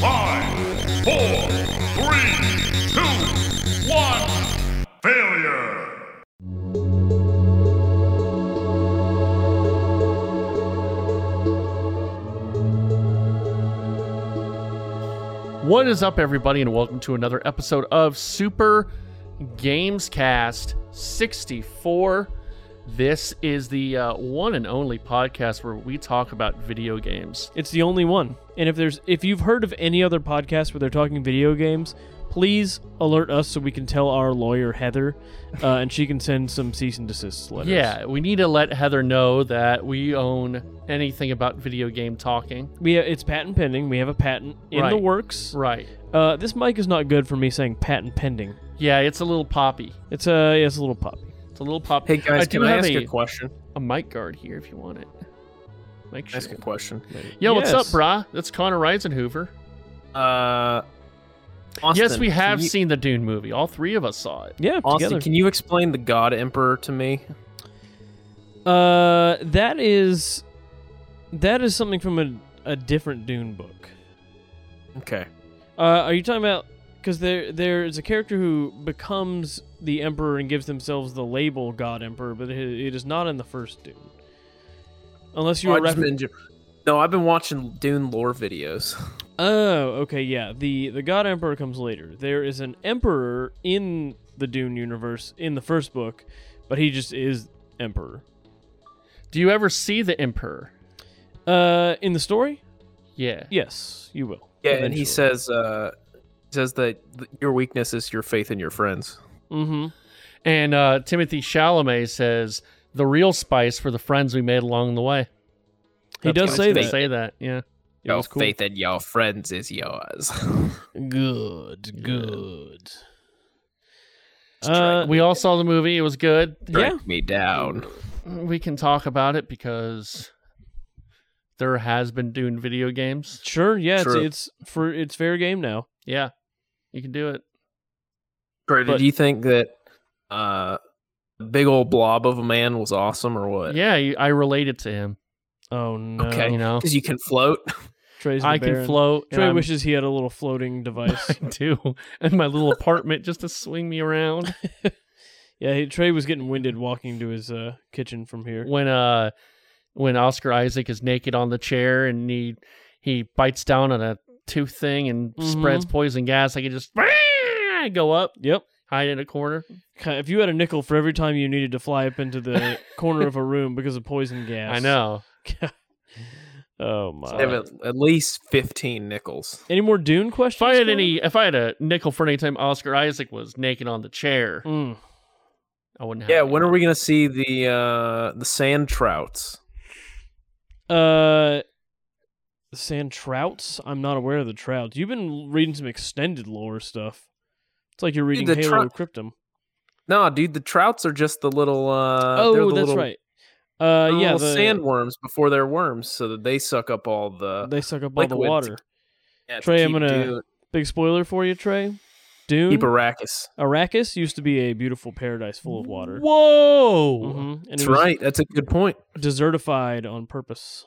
Five, four, three, two, one. Failure. What is up, everybody, and welcome to another episode of Super Gamescast 64. This is the uh, one and only podcast where we talk about video games. It's the only one. And if there's if you've heard of any other podcast where they're talking video games, please alert us so we can tell our lawyer Heather, uh, and she can send some cease and desist letters. Yeah, we need to let Heather know that we own anything about video game talking. we it's patent pending. We have a patent in the Right. works. Right. Uh, this mic is not good for me saying patent pending. Yeah, it's a little poppy. It's a yeah, it's a little puppy. It's a little poppy. Hey guys, I do can I have ask a, a question? a mic guard here if you want it. Make sure. Ask a question. Yo, what's Yes. up, brah? That's Connor Reisenhoover. Uh, Austin, yes, we have Can you, seen the Dune movie. All three of us saw it. Yeah, Austin, together. can you explain the God Emperor to me? uh, that is that is something from a a different Dune book. Okay. Uh, are you talking about? Because there there is a character who becomes the emperor and gives themselves the label God Emperor, but it, it is not in the first Dune. Unless you Oh, are I just refer- meant you- no, I've been watching Dune lore videos. Oh, okay, yeah. The the God Emperor comes later. There is an emperor in the Dune universe in the first book, but he just is emperor. Do you ever see the Emperor? Uh, in the story, Yeah. yes, you will. Yeah, and he eventually. says, uh, he says that th- your weakness is your faith in your friends. Mm-hmm. And uh, Timothy Chalamet says the real spice for the friends we made along the way. He That's does what say They it that. says. say that, yeah. It was cool. in your friends is yours. Good, good. Strike. Uh, We all saw the movie; it was good. yeah. me down. We can talk about it because there has been Dune video games. Sure, yeah, it's, True. it's for it's fair game now. Yeah, you can do it. Trey, But- did you think that uh, a big old blob of a man was awesome or what? Yeah, you, I related to him. Oh no, Okay. You know, Because you can float. Trey's the I can Baron. float. and Trey I'm- wishes he had a little floating device. I do, and my little apartment just to swing me around. yeah, he, Trey was getting winded walking to his uh, kitchen from here. when uh when Oscar Isaac is naked on the chair and he he bites down on a tooth thing and Mhm. spreads Mm-hmm. poison gas, I could just go up, Yep. hide in a corner. Ki- If you had a nickel for every time you needed to fly up into the corner of a room because of poison gas, I know. Oh my! They have at, at least 15 nickels. Any more Dune If questions? I had Connor? any, if I had a nickel for any time Oscar Isaac was naked on the chair, Mm. I wouldn't. have Yeah, any. when are we gonna see the uh the sand trouts? Uh, sand trouts. I'm not aware of the trouts. You've been reading some extended lore stuff. It's like you're reading the Halo trout- Cryptum. No, dude, the trouts are just the little uh oh, they're the that's little, right. Uh, they're yeah, little the, sandworms before they're worms, so that they suck up all the they suck up all the liquid to water. yeah, to Trey, I'm keep gonna- Dune- Big spoiler for you, Trey. Dune, keep Arrakis. Arrakis used to be a beautiful paradise full of water. Whoa! Mhm, And That's it was right. That's a good point. desertified on purpose.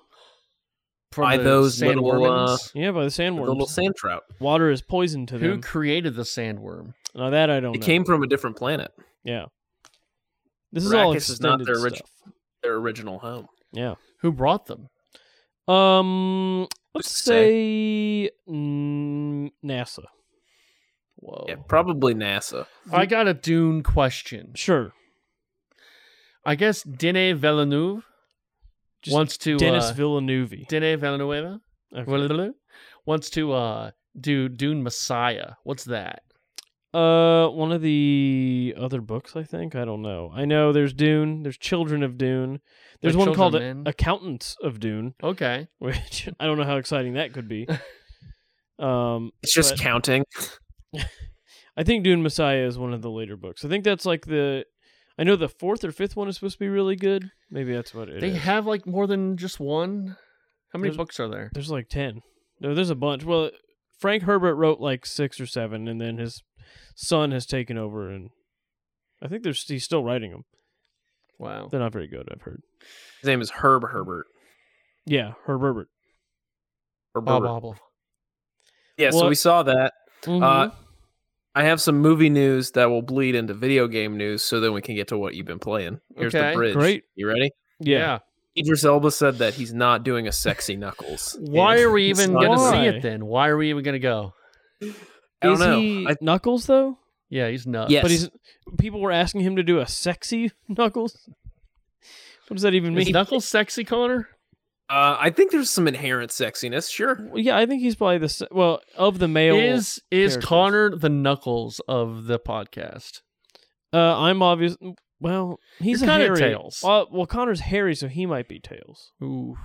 From By the those little, uh, sandwormans? Yeah, by the The sandworms. little sand trout. Water is poison to Who them. created the sandworm? Now that I don't It know. came from a different planet. yeah. This is all Arrakis is not extended their orig- stuff. Their original home. Yeah. Who brought them? Um. Let's to say, mm, NASA. Whoa! Oh. Yeah, probably NASA. I got a Dune question. Sure. I guess Denis Villeneuve Just wants to Dennis uh, Villeneuve. Denis Villeneuve Okay. Villeneuve wants to uh, do Dune Messiah. What's that? Uh, one of the other books, I think. I don't know. I know there's Dune. There's Children of Dune. There's They're one called children, man. Accountants of Dune, Okay, which I don't know how exciting that could be. um, It's just But- counting. I think Dune Messiah is one of the later books. I think that's like the. I know the fourth or fifth one is supposed to be really good. Maybe that's what it is. they have like more than just one. How many There's- books are there? There's like ten. No, there's a bunch. Well, Frank Herbert wrote like six or seven, and then his son has taken over, and I think there's he's still writing them. Wow. They're not very good, I've heard. His name is Herb Herbert. Yeah, Herbert. Herb Bob Herbert. Hobble. Yeah, so Well- we saw that. Uh, Mhm. I have some movie news that will bleed into video game news, so then we can get to what you've been playing. Here's Okay, the bridge. great. You ready? yeah. Idris Elba said that he's not doing a sexy knuckles. Why are we It's even not- going to see Why? it then? Why are we even going to go? I don't Is know. he I- Knuckles though? Yeah, he's nuts. Yes. But he's people were asking him to do a sexy Knuckles. What does that even Is mean? Knuckles sexy, Connor? Uh, I think there's some inherent sexiness. Sure. Well, yeah, I think he's probably the se- well of the male. Is is characters. Connor the Knuckles of the podcast? uh, I'm obvious. Well, he's You're a kinda hairy. Tails. Well, well, Connor's hairy, so he might be tails. Ooh.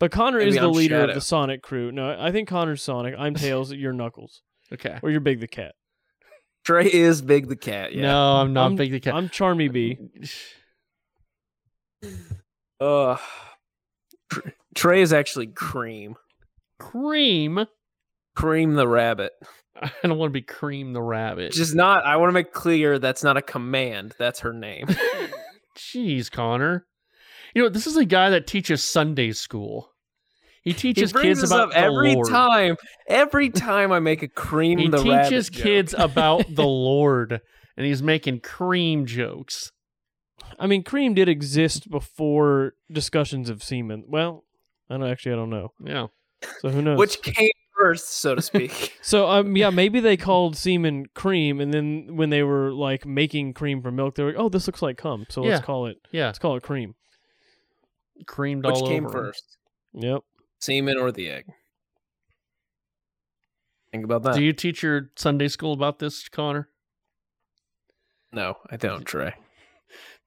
But Connor Maybe is the I'm leader Shadow. of the Sonic crew. No, I think Connor's Sonic. I'm Tails. you're Knuckles, Okay. or you're Big the Cat. Trey is Big the Cat. Yeah. No, I'm not I'm- big the cat. I'm Charmy B. Uh, Tr- Trey is actually Cream. Cream. I Cream the Rabbit. don't want to be Cream the Rabbit. Just not, I want to make clear that's not a command. That's her name. Jeez, Connor. You know, this is a guy that teaches Sunday school. He teaches he brings kids this about up the every Lord. time. Every time I make a Cream He the Rabbit. teaches joke. kids about the Lord, and he's making cream jokes. I mean, cream did exist before discussions of semen. Well, I don't actually. I don't know. Yeah. So who knows? Which came first, so to speak? So um, yeah, maybe they called semen cream, and then when they were like making cream from milk, they were like, "Oh, this looks like cum, so Yeah. let's call it Yeah. let's call it cream." Creamed Which all came over. him. first, Yep. semen or the egg? Think about that. Do you teach your Sunday school about this, Connor? no, I don't, Trey.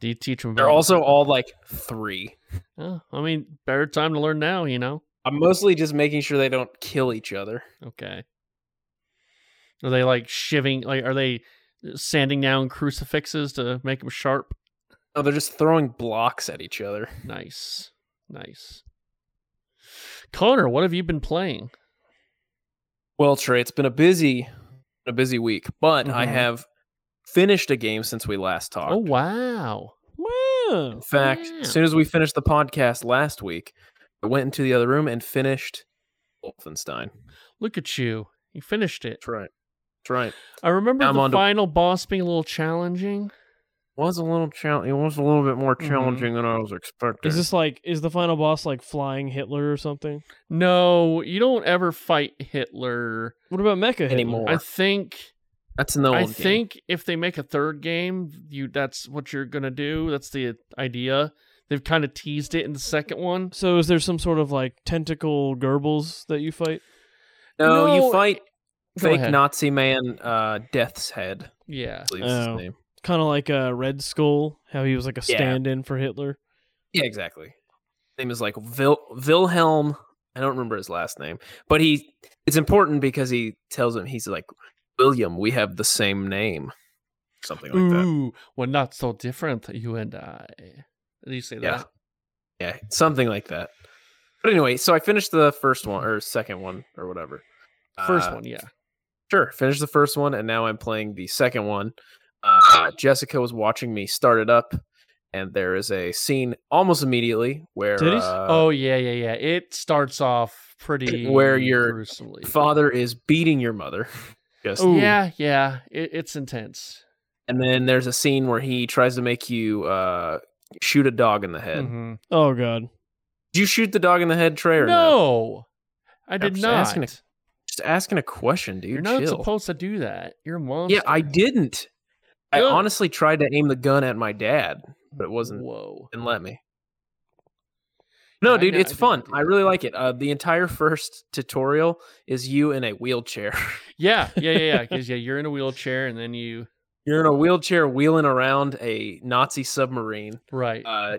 Do you teach them about They're also all like three. Oh, I mean, better time to learn now, you know? I'm mostly just making sure they don't kill each other. Okay. Are they like shivving? Like, are they sanding down crucifixes to make them sharp? No, they're just throwing blocks at each other. Nice. Nice. Connor, what have you been playing? Well, Trey, it's been a busy, a busy week, but I Mhm. have finished a game since we last talked. Mm-hmm. Oh, wow. Wow. In fact, Yeah. as soon as we finished the podcast last week, I went into the other room and finished Wolfenstein. Look at you. You finished it. That's right. That's right. I remember I'm the onto- final boss being a little challenging. Was a little chal- It was a little bit more Mhm. challenging than I was expecting. Is this like is the final boss like flying Hitler or something? No, you don't ever fight Hitler. What about Mecha Hitler? Anymore. I think That's in the old I game. think if they make a third game, you that's what you're gonna do. That's the idea. They've kind of teased it in the second one. So is there some sort of like tentacle Goebbels that you fight? No, No, you fight go fake ahead. Nazi man, uh, Death's Head. Yeah. I believe is Oh. his name. Kind of like uh, Red Skull, how he was like a Yeah. stand-in for Hitler. Yeah, exactly. His name is like Vil- Wilhelm. I don't remember his last name, but he. It's important because he tells him he's like William. We have the same name, something like that. Ooh, we're not so different, you and I. Did you say Yeah. that? Yeah, something like that. But anyway, so I finished the first one or second one or whatever. First Uh, one, yeah. Sure, finished the first one, and now I'm playing the second one. Uh, Jessica was watching me start it up, and there is a scene almost immediately where Titties? uh, oh yeah, yeah, yeah. It starts off pretty Where you're gruesomely. father is beating your mother. Just Ooh. Yeah, yeah. It, it's intense. and then there's a scene where he tries to make you uh, shoot a dog in the head. Mhm. Oh god. Did you shoot the dog in the head, Trey? Or no, No, I did just not. asking a just asking a question, dude. You're not Chill. supposed to do that. You're a monster. yeah, I didn't. I Good. honestly tried to aim the gun at my dad, but it wasn't Whoa. didn't let me. No, I dude, know- I it's did- I fun. did I that. really like it. Uh, the entire first tutorial is you in a wheelchair. Yeah, yeah, yeah, yeah. Because yeah, you're in a wheelchair, and then you You're in a wheelchair wheeling around a Nazi submarine, right. uh,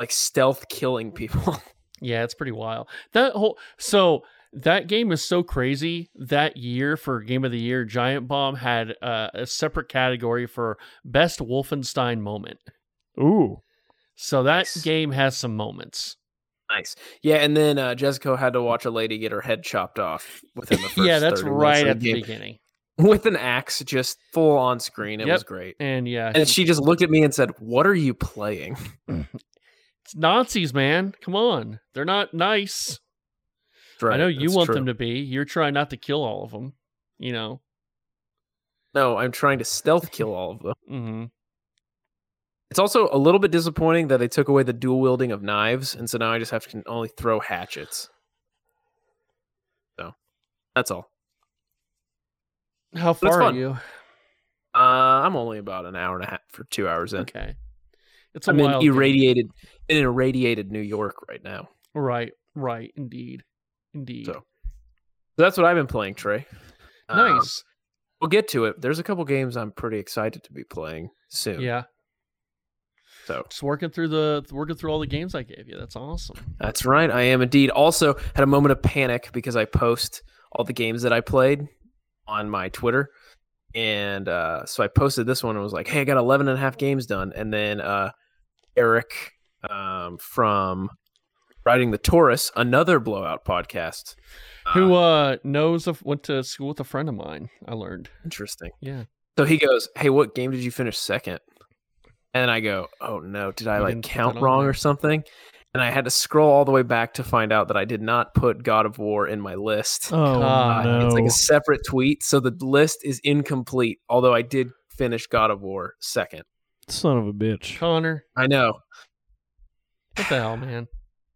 like stealth killing people. Yeah, it's pretty wild. That whole so that game is so crazy. That year for Game of the Year, Giant Bomb had uh, a separate category for best Wolfenstein moment. Ooh. So that Nice. game has some moments. Nice. Yeah, and then uh, Jessica had to watch a lady get her head chopped off within the first. yeah, that's 30 minutes right of at the game. beginning. With an axe, just full on screen. It Yep. was great. And yeah, And she just looked at me and said, "What are you playing?" it's Nazis, man. Come on, they're not nice. I know you want them to be. You're trying not to kill all of them. You know. No, I'm trying to stealth kill all of them. Mm-hmm. It's also a little bit disappointing that they took away the dual wielding of knives, and so now I just have to can only throw hatchets. So, that's all. How far are fun. you? Uh, I'm only about an hour and a half for two hours in. Okay. It's a I'm in wild game. irradiated, in irradiated New York right now. Right, right, indeed, indeed. So, So that's what I've been playing, Trey. Um, nice. we'll get to it. There's a couple games I'm pretty excited to be playing soon. yeah. So Just working through the working through all the games I gave you. That's awesome. That's right. I am indeed. Also, had a moment of panic because I post all the games that I played on my Twitter. And uh, so I posted this one and was like, hey, I got 11 and a half games done. And then uh, Eric um, from Riding the Taurus, another blowout podcast. Who uh, uh knows of went to school with a friend of mine, I learned. interesting. Yeah. So he goes, hey, what game did you finish second? And I go, oh no, did I You like didn't put count that on wrong there. or something? And I had to scroll all the way back to find out that I did not put God of War in my list. Oh, God. no. It's like a separate tweet, so the list is incomplete. Although I did finish God of War second. Son of a bitch. Connor, I know, what the hell, man?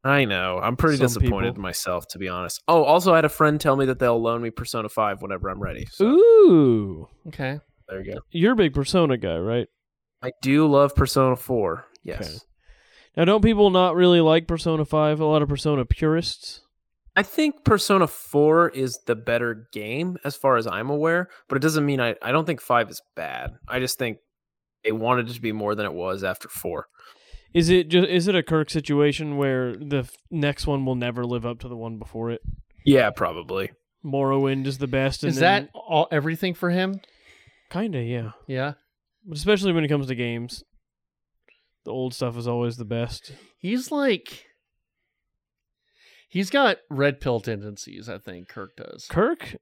I know. I'm pretty Some disappointed people. in myself, to be honest. Oh, also, I had a friend tell me that they'll loan me Persona Five whenever I'm ready. So Ooh. Okay. there you go. You're a big Persona guy, right? I do love Persona Four. Yes, Okay. Now, don't people not really like Persona 5? A lot of Persona purists. I think Persona Four is the better game as far as I'm aware, but it doesn't mean I. I don't think Five is bad. I just think they wanted it to be more than it was after Four. Is it just is it a Kirk situation where the f- next one will never live up to the one before it? Yeah, probably. Morrowind is the best. And Is then- that all everything for him? kinda yeah? Yeah. But especially when it comes to games, the old stuff is always the best. He's like He's got red pill tendencies, I think Kirk does. Kirk,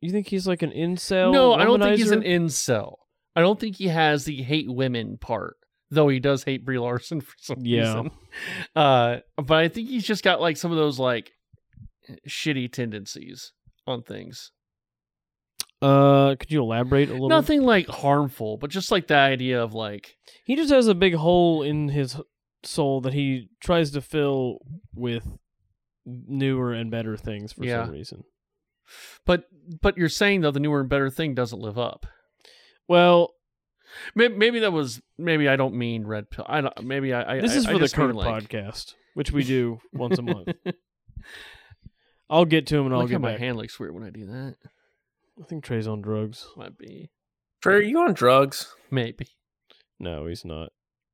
you think he's like an incel? no, I don't think he's an womanizer? incel. I don't think he has the hate women part, though he does hate Brie Larson for some Yeah. reason. Uh, but I think he's just got like some of those like shitty tendencies on things. Uh, could you elaborate a little? Nothing like harmful, but just like the idea of like, He just has a big hole in his soul that he tries to fill with newer and better things for Yeah. some reason. but but you're saying though the newer and better thing doesn't live up. Well, Maybe, maybe that was maybe I don't mean red pill. I don't, maybe I, I this I- is I for the just mean, Kirk like, podcast, which we do once a month. I'll get to him and I'll Look how get my back. hand looks weird when I do that. I think Trey's on drugs. Might be Trey, are you on drugs? maybe. No, he's not.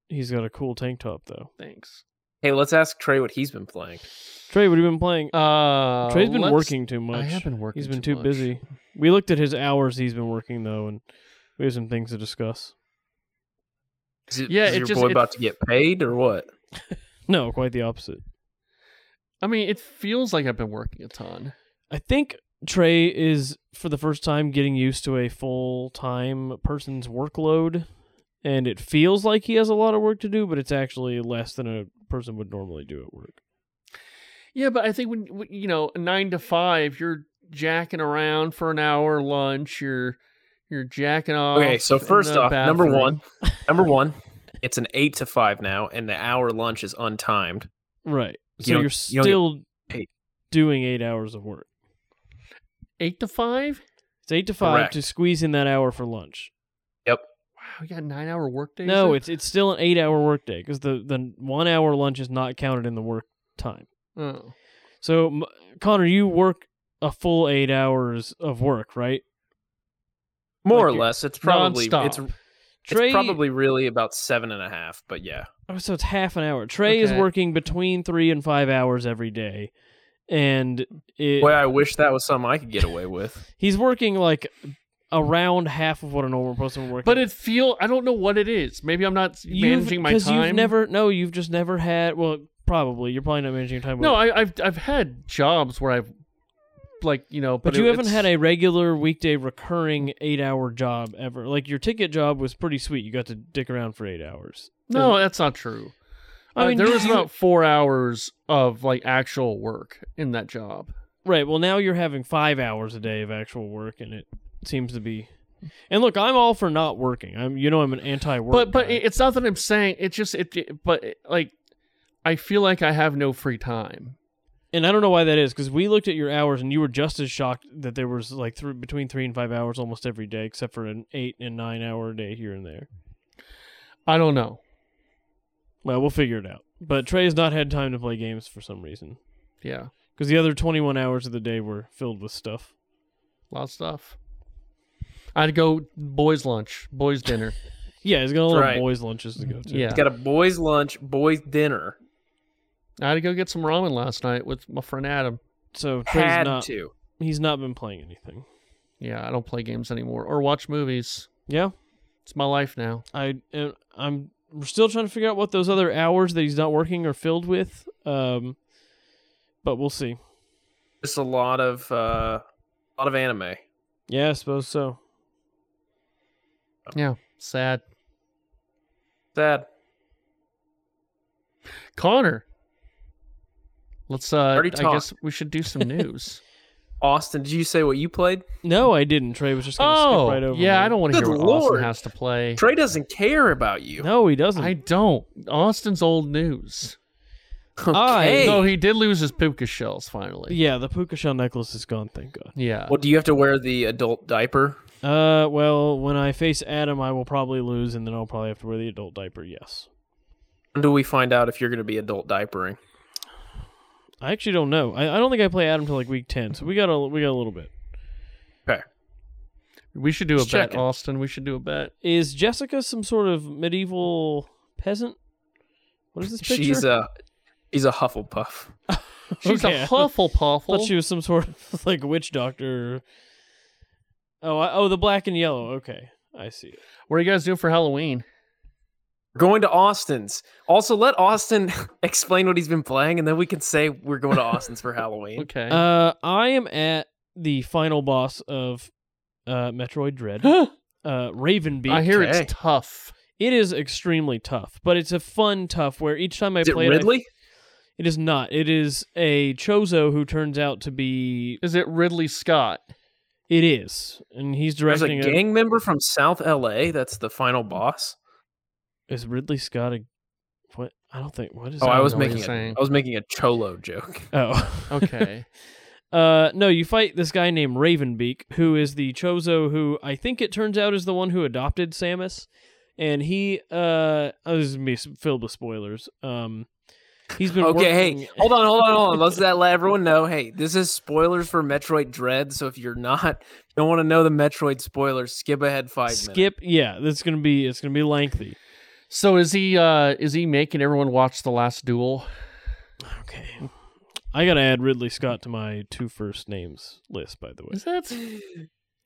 He's got a cool tank top though. Thanks. Hey, let's ask Trey what he's been playing. Trey, what have you been playing? Uh, Trey's been let's- working too much. I have been working. he's been too, too much. busy. We looked at his hours he's been working though, and we have some things to discuss. Is it, Yeah, is it your just- boy it- about to get paid or what? No, quite the opposite. I mean, it feels like I've been working a ton. I think Trey is for the first time getting used to a full time person's workload, and it feels like he has a lot of work to do, but it's actually less than a person would normally do at work. Yeah, but I think when when, you know nine to five, you're jacking around for an hour lunch. You're you're jacking off. Okay, so in the first off, number bathroom. one, number one, it's an eight to five now, and the hour lunch is untimed. Right. You So don't- you are you don't get still paid. doing eight hours of work. eight to five. It's eight to five Correct. to squeeze in that hour for lunch. Wow, you got nine hour workday. No, it's it's still an eight hour workday because the the one hour lunch is not counted in the work time. oh, So M- Connor, you work a full eight hours of work, right? More Like or you're less, it's probably it's, nonstop. it's probably really about seven and a half. But yeah, Oh, so it's half an hour. Trey is Okay. working between three and five hours every day, and it, boy, I wish that was something I could get away with. he's working like around half of what a normal person would work. but it feel. I don't know what it is. Maybe I'm not You've- managing my 'cause time. You've never no, you've just never had well. Probably. You're probably not managing your time. No, well. I, I've I've had jobs where I've like you know, but but you it- haven't it's- had a regular weekday recurring eight hour job ever. Like your ticket job was pretty sweet. You got to dick around for eight hours. No, that's not true. I I mean, mean, there was you- about four hours of like actual work in that job. Right. Well, now you're having five hours a day of actual work, and it seems to be. And look, I'm all for not working. I'm, you know, I'm an anti-work. but but guy. it- it's not that I'm saying it. Just it, it- But it- like, I feel like I have no free time. and I don't know why that is because we looked at your hours, and you were just as shocked that there was like thr between three and five hours almost every day, except for an eight and nine hour day here and there. I don't know. Well, we'll figure it out. But Trey's not had time to play games for some reason Yeah, because the other 21 hours of the day were filled with stuff. a lot of stuff. I'd go boys' lunch, boys' dinner. Yeah, he's got a lot Right. of boys' lunches to go to. yeah, He's got a boys' lunch, boys' dinner. I had to go get some ramen last night with my friend Adam. So Trey's Had not. to. He's not been playing anything. Yeah, I don't play games anymore or watch movies. Yeah. It's my life now. I and I'm still trying to figure out what those other hours that he's not working are filled with. Um, but we'll see. Just a lot of uh, a lot of anime. Yeah, I suppose so. Oh. Yeah, sad. Sad. Connor, let's. uh Already I guess we should do some news. Austin, did you say what you played? No, I didn't. Trey was just gonna oh, skip right over. yeah. me. I don't want to Good hear what lord. Austin has to play. Trey doesn't care about you. No, he doesn't. I don't. Austin's old news. Oh, I- Okay. Though he did lose his puka shells finally. yeah, the puka shell necklace is gone. Thank God. Yeah. well, do you have to wear the adult diaper? Uh, well, when I face Adam, I will probably lose, and then I'll probably have to wear the adult diaper. Yes. When do we find out if you're going to be adult diapering? I actually don't know. I, I don't think I play Adam till like week ten, so we got a we got a little bit. Okay. We should do a Just bet, checking. Austin. We should do a bet. Is Jessica some sort of medieval peasant? What is this picture? She's uh, a she's a Hufflepuff. She's Okay. a Hufflepuff. thought she was some sort of like witch doctor. Oh, I, oh, the black and yellow. Okay, I see. It. What are you guys doing for Halloween? We're going to Austin's. Also, let Austin explain what he's been playing, and then we can say we're going to Austin's for Halloween. Okay. Uh, I am at the final boss of uh, Metroid Dread, uh, Ravenbeak. I hear Okay. it's tough. it is extremely tough, but it's a fun tough where each time I Is it play it, I- Ridley? it is not. It is a Chozo who turns out to be. Is it Ridley Scott? It is, and he's There's a directing. gang member from South LA. That's the final boss. Is Ridley Scott a? What I don't think. What is? Oh, that? I was know what making you're a- saying. I was making a cholo joke. Oh, Okay. Uh, no, you fight this guy named Ravenbeak, who is the Chozo, who I think it turns out is the one who adopted Samus, and he uh, oh, this is gonna be s- filled with spoilers. Um, he's been Okay, working- hey, hold on, hold on, hold on. Let's that let everyone know. Hey, this is spoilers for Metroid Dread. So if you're not, you don't want to know the Metroid spoilers, skip ahead five minutes. skip. Yeah, that's gonna be it's gonna be lengthy. so is he uh is he making everyone watch The Last Duel? Okay, I gotta add Ridley Scott to my two first names list, by the way. Is that Ridley?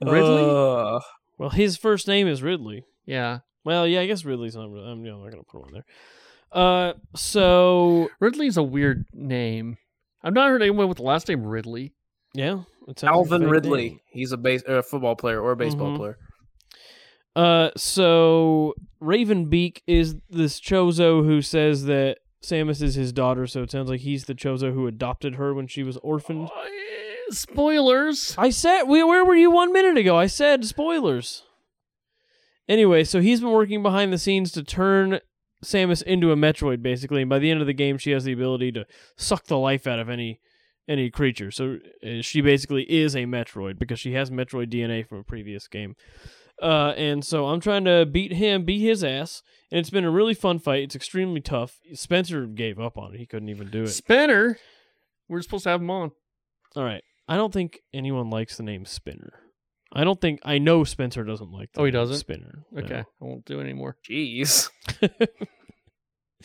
Ridley. Well, his first name is Ridley. yeah. Well, yeah, I guess Ridley's not. Rid- I'm, you know, I'm not gonna put one there. Uh, so Ridley's a weird name. I've not heard anyone with the last name Ridley. yeah, it sounds like a Alvin fake Ridley. name. He's a base, uh, football player or a baseball Mm-hmm. Mhm. player. Uh, so Ravenbeak is this Chozo who says that Samus is his daughter, so it sounds like he's the Chozo who adopted her when she was orphaned. Uh, Spoilers. I said, we- where were you one minute ago? I said spoilers. Anyway, so he's been working behind the scenes to turn Samus into a Metroid, basically, and by the end of the game, she has the ability to suck the life out of any any creature. So uh, she basically is a Metroid because she has Metroid DNA from a previous game. Uh, and so I'm trying to beat him, beat his ass, and it's been a really fun fight. It's extremely tough. Spencer gave up on it; he couldn't even do it. Spinner. We're supposed to have him on. All right. I don't think anyone likes the name Spinner. I don't think I know Spencer doesn't like. The Oh, he name doesn't? Spinner. No. Okay. I won't do it anymore. Jeez. I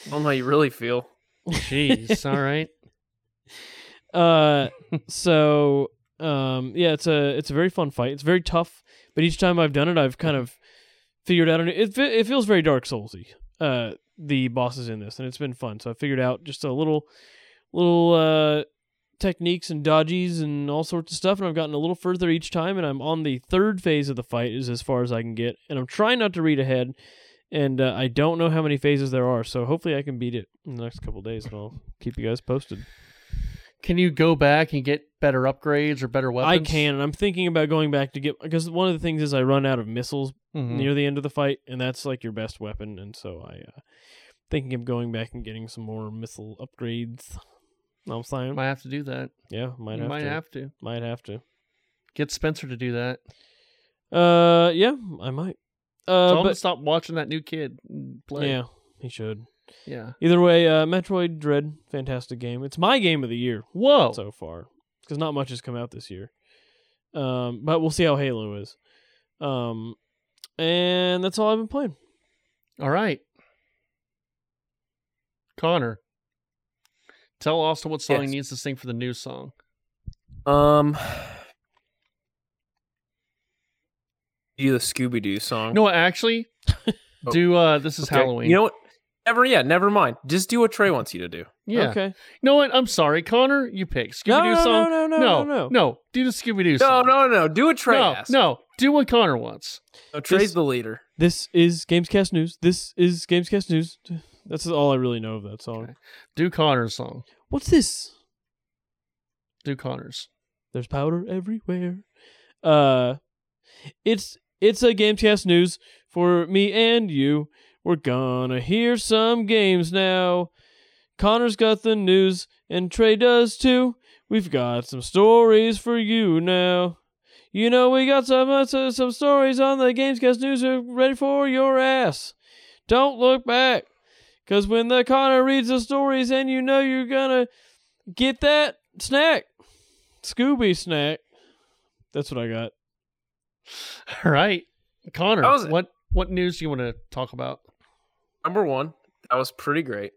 don't know how you really feel. Jeez. All right. Uh, so um, yeah, it's a it's a very fun fight. It's very tough, but each time I've done it, I've kind of figured out. A new, it fe- it feels very Dark Soulsy. uh, the bosses in this, and it's been fun. So I figured out just a little, little uh, techniques and dodgies and all sorts of stuff, and I've gotten a little further each time. And I'm on the third phase of the fight, is as far as I can get, and I'm trying not to read ahead. And uh, I don't know how many phases there are, so hopefully I can beat it in the next couple days, and I'll keep you guys posted. Can you go back and get better upgrades or better weapons? I can, and I'm thinking about going back to get because one of the things is I run out of missiles Mhm. near the end of the fight, and that's like your best weapon. And so I uh, thinking of going back and getting some more missile upgrades. Know what I'm saying, Might have to do that. yeah, might you have might to, have to might have to. get Spencer to do that. Uh, yeah, I might. Tell Uh, him to but stop watching that new kid and play. yeah, he should. yeah. Either way, uh, Metroid Dread, fantastic game. It's my game of the year Whoa. so far because not much has come out this year. Um, but we'll see how Halo is. Um, and that's all I've been playing. All right. Connor, tell Austin what song he Yes. needs to sing for the new song. Um, do the Scooby Doo song? No, actually, Oh. do uh this is Okay. Halloween. You know what? Never. Yeah, never mind. Just do what Trey wants you to do. yeah. Okay. You know what? I'm sorry, Connor. You pick No, Scooby Doo no, song. no, no, no, no, Do the Scooby Doo No, song. no, no. Do what Trey no, asked. no. Do what Connor wants. No, Trey's This- the leader. This is Gamescast News. This is Gamescast News. That's all I really know of that song. Okay. Do Connor's song. What's this? Do Connor's. There's powder everywhere. Uh it's it's a Gamescast News for me and you. We're gonna hear some games now. Connor's got the news and Trey does too. We've got some stories for you now. You know we got some uh, so- some stories on the Gamescast News uh, ready for your ass. Don't look back. Cause when the Connor reads the stories and you know you're gonna get that snack. Scooby snack. That's what I got. All right. Connor, That was- what what news do you want to talk about? Number one. That was pretty great.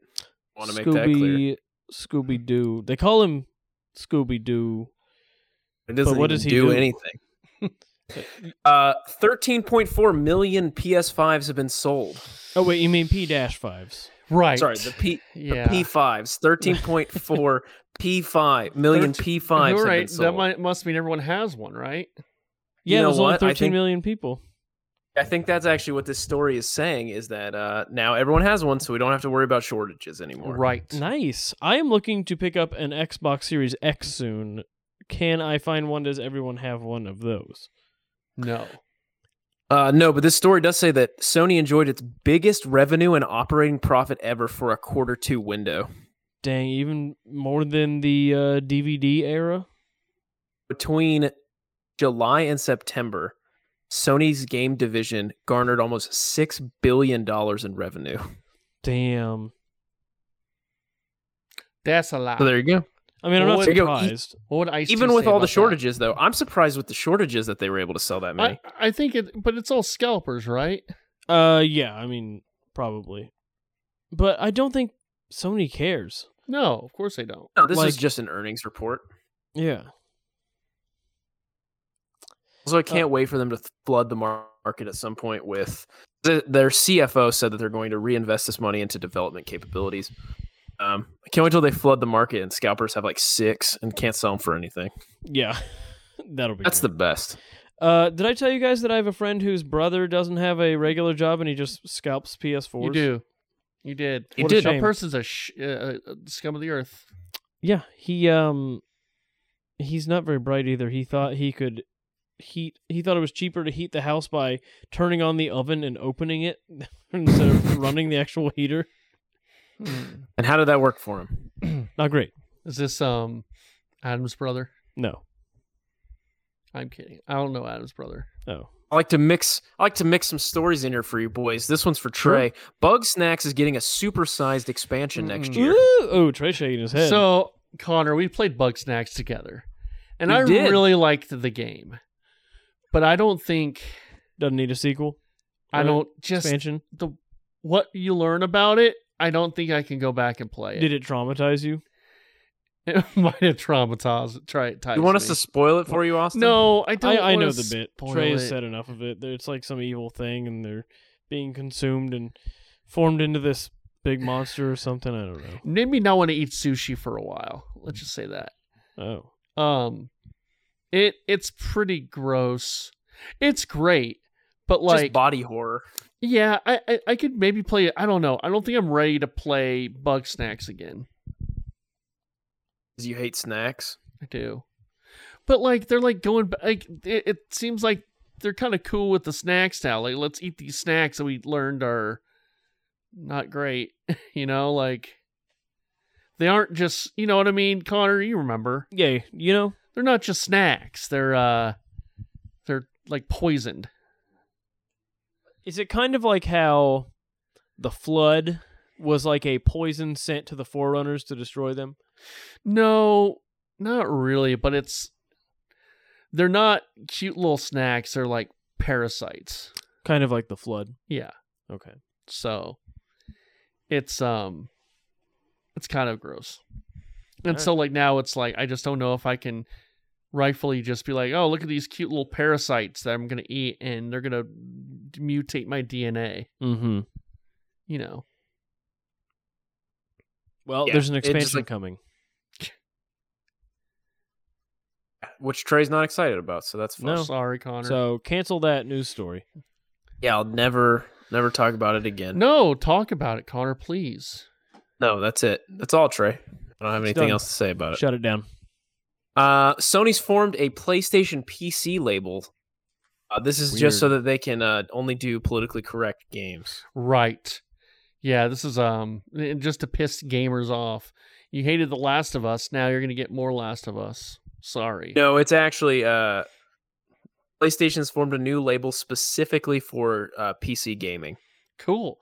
Want to make that clear? Scooby Scooby Doo. They call him Scooby Doo. It doesn't but what even does he do, do? anything. uh, thirteen point four million PS5s have been sold. Oh wait, you mean P dash fives? Right. Sorry, the P yeah. the P5s. Thirteen point four P5 million Thirteen- P5s You're have right. been That sold. might, must mean everyone has one, right? Yeah, You know there's only what? I thirteen think- million people. I think that's actually what this story is saying is that uh, now everyone has one, so we don't have to worry about shortages anymore. Right. Nice. I am looking to pick up an Xbox Series X soon. Can I find one? Does everyone have one of those? No. Uh, no, but this story does say that Sony enjoyed its biggest revenue and operating profit ever for a quarter two window. Dang, even more than the uh, DVD era. Between July and September, Sony's game division garnered almost $6 billion in revenue. Damn. That's a lot. So there you go. I mean, I'm not Well, there you go. surprised. what would Ice-T Even with say all about the that? shortages, though, I'm surprised with the shortages that they were able to sell that many. I, I think it, but it's all scalpers, right? Uh, yeah. I mean, probably. But I don't think Sony cares. No, of course they don't. no, this is like- just an earnings report. Yeah. So I Oh. can't wait for them to flood the mar- market at some point with th- their CFO said that they're going to reinvest this money into development capabilities. Um, I can't wait till they flood the market and scalpers have like six and can't sell them for anything. Yeah, that'll be. That's the best. the. Uh, did I tell you guys that I have a friend whose brother doesn't have a regular job and he just scalps PS4s? You do. You did. You What a did. shame. Shame. That person's a sh- uh, uh, scum of the earth. Yeah, he um, he's not very bright either. He thought he could heat. He thought it was cheaper to heat the house by turning on the oven and opening it instead of running the actual heater. Hmm. And how did that work for him? Not great. Is this um Adam's brother? No. I'm kidding. I don't know Adam's brother. Oh. I like to mix. I like to mix some stories in here for you boys. This one's for Trey. Bug Snacks is getting a supersized expansion next Mm. year. Ooh, oh, Trey shaking his head. So Connor, we played Bug Snacks together, and We I did. really liked the game, but I don't think doesn't need a sequel. I Right. don't just Expansion. the what you learn about it. I don't think I can go back and play it. Did it traumatize you? It might have traumatized. Try it. You want us to spoil it for you, Austin? No, I I, don't. I wanna know the bit. spoil Trey has it. said enough of it. That It's like some evil thing, and they're being consumed, and formed into this big monster or something. I don't Made me not want to eat sushi for a while. Let's just say that. know. Oh, Um, it it's pretty gross. It's great, but just like, body horror. yeah, I, I I could maybe play. I don't know. I don't think I'm ready to play Bug Snacks again. 'Cause you hate snacks. I do, but like they're like going ba- like it, it seems like they're kind of cool with the snacks now. Like let's eat these snacks that we learned are not great. you know, like they aren't just you know what I mean, Connor. You remember yeah. You know, they're not just snacks. They're uh they're like poisoned. Is it kind of like how the flood was like a poison sent to the forerunners to destroy them? No, not really, but it's they're not cute little snacks, they're like parasites. Kind of like the flood. Yeah. Okay. So it's um it's kind of gross. And Alright. so like now it's like I just don't know if I can rightfully just be like, "Oh, look at these cute little parasites that I'm going to eat and they're going to mutate my DNA," Mm-hmm. you know. Well, Yeah, there's an it just, expansion like- coming. Which Trey's not excited about, so that's fine. No. Sorry, Connor. So cancel that news story. Yeah, I'll never never talk about it uh, again. No, talk about it, Connor, please. No, that's it. That's all, Trey. I don't have It's anything done. else to say about it. Shut it down. Uh, Sony's formed a PlayStation PC label. Uh, this is just so that they can uh, only do politically correct games. Right. Yeah, this is um and just to piss gamers off. You hated The Last of Us, now you're going to get more Last of Us. Sorry. No, it's actually uh, PlayStation's formed a new label specifically for uh, PC gaming. Cool.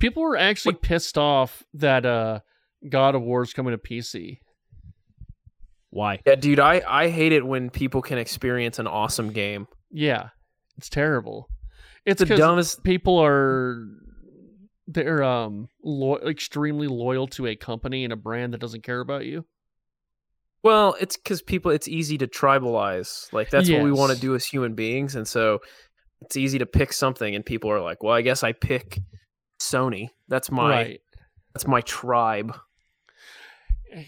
People were actually What- pissed off that uh God of War's coming to PC. Why? Yeah, dude, I I hate it when people can experience an awesome game. Yeah. It's terrible. It's It's the 'cause dumbest. people are they're um lo- extremely loyal to a company and a brand that doesn't care about you. Well, it's because people. It's easy to tribalize. Like that's what we want Yes. to do as human beings, and so it's easy to pick something, and people are like, "Well, I guess I pick Sony. That's my right. that's my tribe."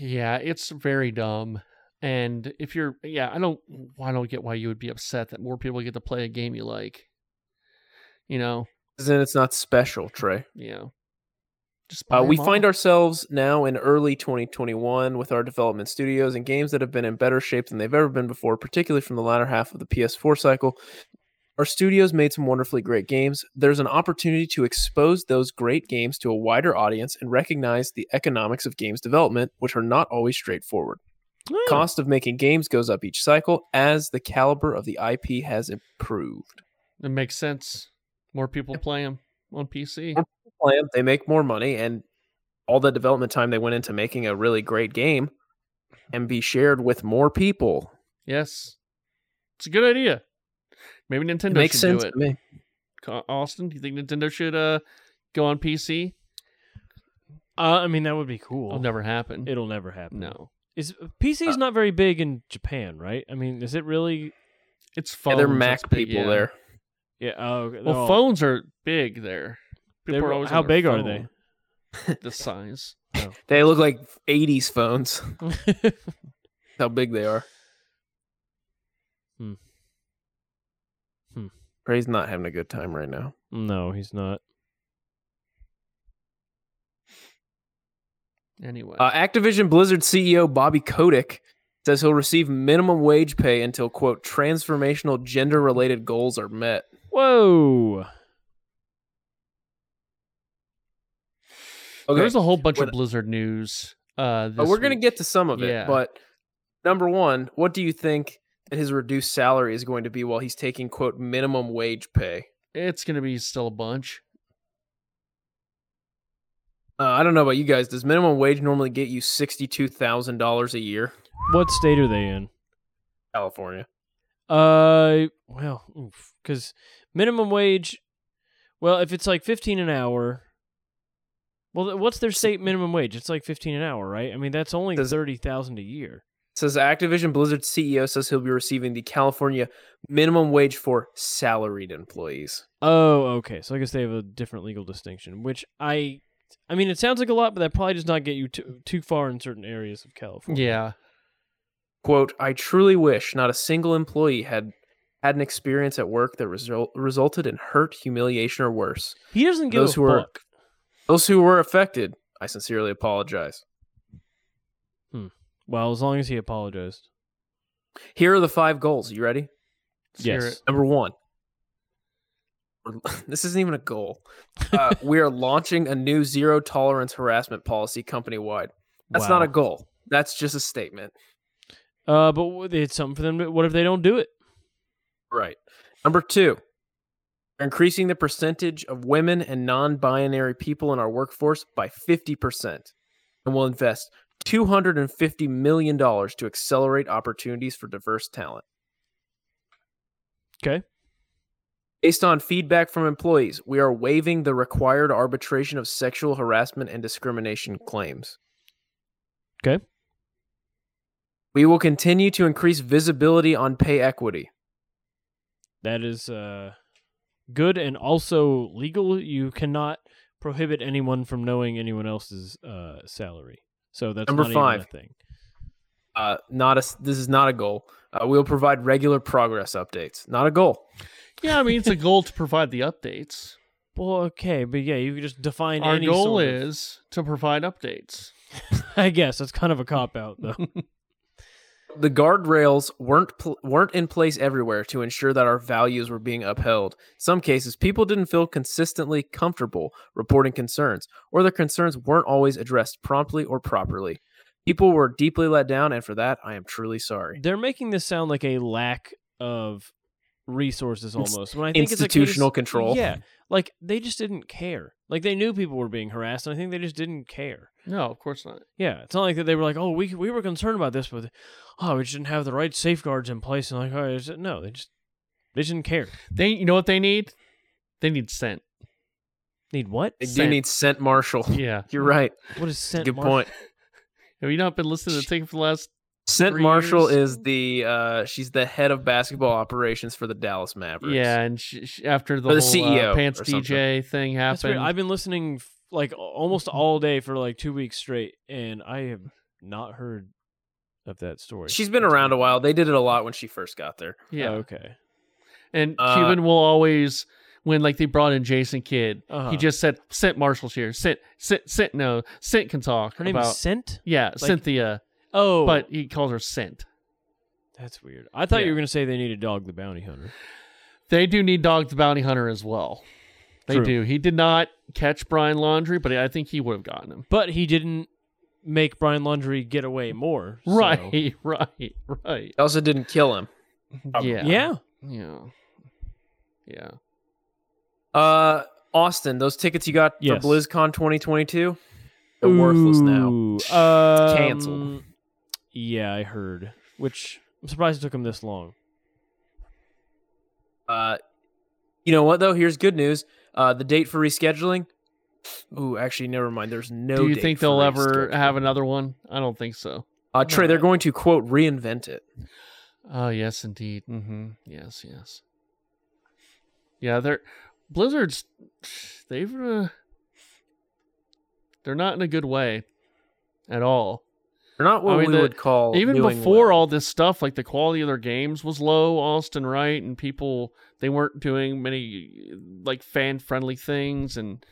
Yeah, it's very dumb. And if you're, yeah, I don't, I don't get why you would be upset that more people get to play a game you like. You know, 'Cause Then it's not special, Trey. you know. Just Uh, we find ourselves now in early 2021 with our development studios and games that have been in better shape than they've ever been before, particularly from the latter half of the PS4 cycle. Our studios made some wonderfully great games. There's an opportunity to expose those great games to a wider audience and recognize the economics of games development, which are not always straightforward. Hmm. Cost of making games goes up each cycle as the caliber of the IP has improved. It makes sense. More people play them on PC. Yep. Plan, They make more money, and all the development time they went into making a really great game can be shared with more people. Yes, it's a good idea. Maybe Nintendo It makes should sense do it. to me. Co- Austin, do you think Nintendo should uh go on PC? Uh, I mean, that would be cool. It'll never happen. It'll never happen. no, Is PC's not very big in Japan, right? I mean, is it really? it's Yeah, phones. they're that's Mac big, people yeah. there. Yeah. Oh, okay, they're Well, all- phones are big there. People They're- are always on how their big are they? phone. the size. They look like 80s phones. How big they are. Hmm. Hmm. Ray's not having a good time right now. no, he's not. Anyway, Uh, Activision Blizzard CEO Bobby Kotick says he'll receive minimum wage pay until quote transformational gender related goals are met. Whoa. there's a whole bunch With- of Blizzard news. Uh, Uh, this we're going to week. get to some of it, Yeah. but number one, what do you think that his reduced salary is going to be while he's taking quote minimum wage pay? It's gonna be still a bunch. Uh, I don't know about you guys. Does minimum wage normally get you sixty two thousand dollars a year? What state are they in? California. Uh, well, because minimum wage. Well, if it's like fifteen an hour. Well, th- what's their state minimum wage? It's like fifteen an hour, right? I mean, that's only Does- thirty thousand a year. says Activision Blizzard CEO says he'll be receiving the California minimum wage for salaried employees. Oh, okay. So I guess they have a different legal distinction, which I, I mean, it sounds like a lot, but that probably does not get you too, too far in certain areas of California. Yeah. Quote, I truly wish not a single employee had had an experience at work that result, resulted in hurt, humiliation, or worse. He doesn't give Those a who are- fuck. Those who were affected, I sincerely apologize. Well, as long as he apologized. Here are the five goals. You ready? Let's hear Yes. it. Number one. This isn't even a goal. Uh, we are launching a new zero tolerance harassment policy company wide. That's not Wow. a goal. That's just a statement. Uh, but w- it's something for them. To, what if they don't do it? Right. Number two, we're increasing the percentage of women and non binary people in our workforce by 50%. And we'll invest $250 million to accelerate opportunities for diverse talent. Okay. Based on feedback from employees, we are waiving the required arbitration of sexual harassment and discrimination claims. Okay. We will continue to increase visibility on pay equity. That is uh, good and also legal. You cannot prohibit anyone from knowing anyone else's uh, salary. So that's Number not five. Even a thing. Uh, not a s- this is not a goal. Uh, we'll provide regular progress updates. Not a goal. Yeah, I mean, it's a goal to provide the updates. Well, okay, but yeah, you could just define Our any goal sort of- is to provide updates. I guess that's kind of a cop out though. The guardrails weren't pl- weren't in place everywhere to ensure that our values were being upheld. In some cases, people didn't feel consistently comfortable reporting concerns, or their concerns weren't always addressed promptly or properly. People were deeply let down, and for that, I am truly sorry. They're making this sound like a lack of resources Ins- almost. When I think Institutional it's a case- control. Yeah. Like they just didn't care. Like they knew people were being harassed and I think they just didn't care. No, of course not. Yeah, it's not like that they were like, "Oh, we we were concerned about this, but oh, we just didn't have the right safeguards in place." And like, "Oh, it's- no, they just they just didn't care." They, you know what they need? They need scent. Need what? They do Scent. need scent marshal. Yeah. You're right. What is scent? Good mark- point. Have you not been listening to Take for the last? Scent Three Marshall years. is the uh, she's the head of basketball operations for the Dallas Mavericks. Yeah, and sh sh after the, Or the whole CEO E uh, pants or something. DJ thing That's weird. happened, I've been listening f- like almost all day for like 2 weeks straight and I have not heard of that story. she's been That's around a weird. while. They did it a lot when she first got there. yeah, Okay. and Uh, Cuban will always when like they brought in Jason Kidd, Uh-huh. he just said Scent Marshall's here. Scent, Scent, Scent. No, Scent can talk Her name about is Scent? yeah, Cynthia, Oh, but he calls her Scent. that's weird. I thought you Yeah. were going to say they needed Dog the Bounty Hunter. They do need Dog the Bounty Hunter as well. They True. do. He did not catch Brian Laundry, but I think he would have gotten him. But he didn't make Brian Laundry get away more. so- Right, right, right. They also didn't kill him. Yeah, Yeah. yeah, yeah. Uh, Austin, those tickets you got Yes. for BlizzCon 2022, they're worthless now. Ooh, Um, Canceled. Yeah, I heard. Which I'm surprised it took him this long. Uh, you know what though? Here's good news. Uh, the date for rescheduling. Ooh, actually, never mind. There's no. Do you date think for they'll ever rescheduling. have another one? I don't think so. Uh, Trey, they're going to quote reinvent it. Oh yes, indeed. Mm-hmm. Yes, yes. Yeah, they're Blizzard's. They've uh, they're not in a good way at all. They're not what I mean, we the- would call Even New before England. all this stuff, like the quality of their games was low. Austin Wright and people they weren't doing many like fan friendly things, and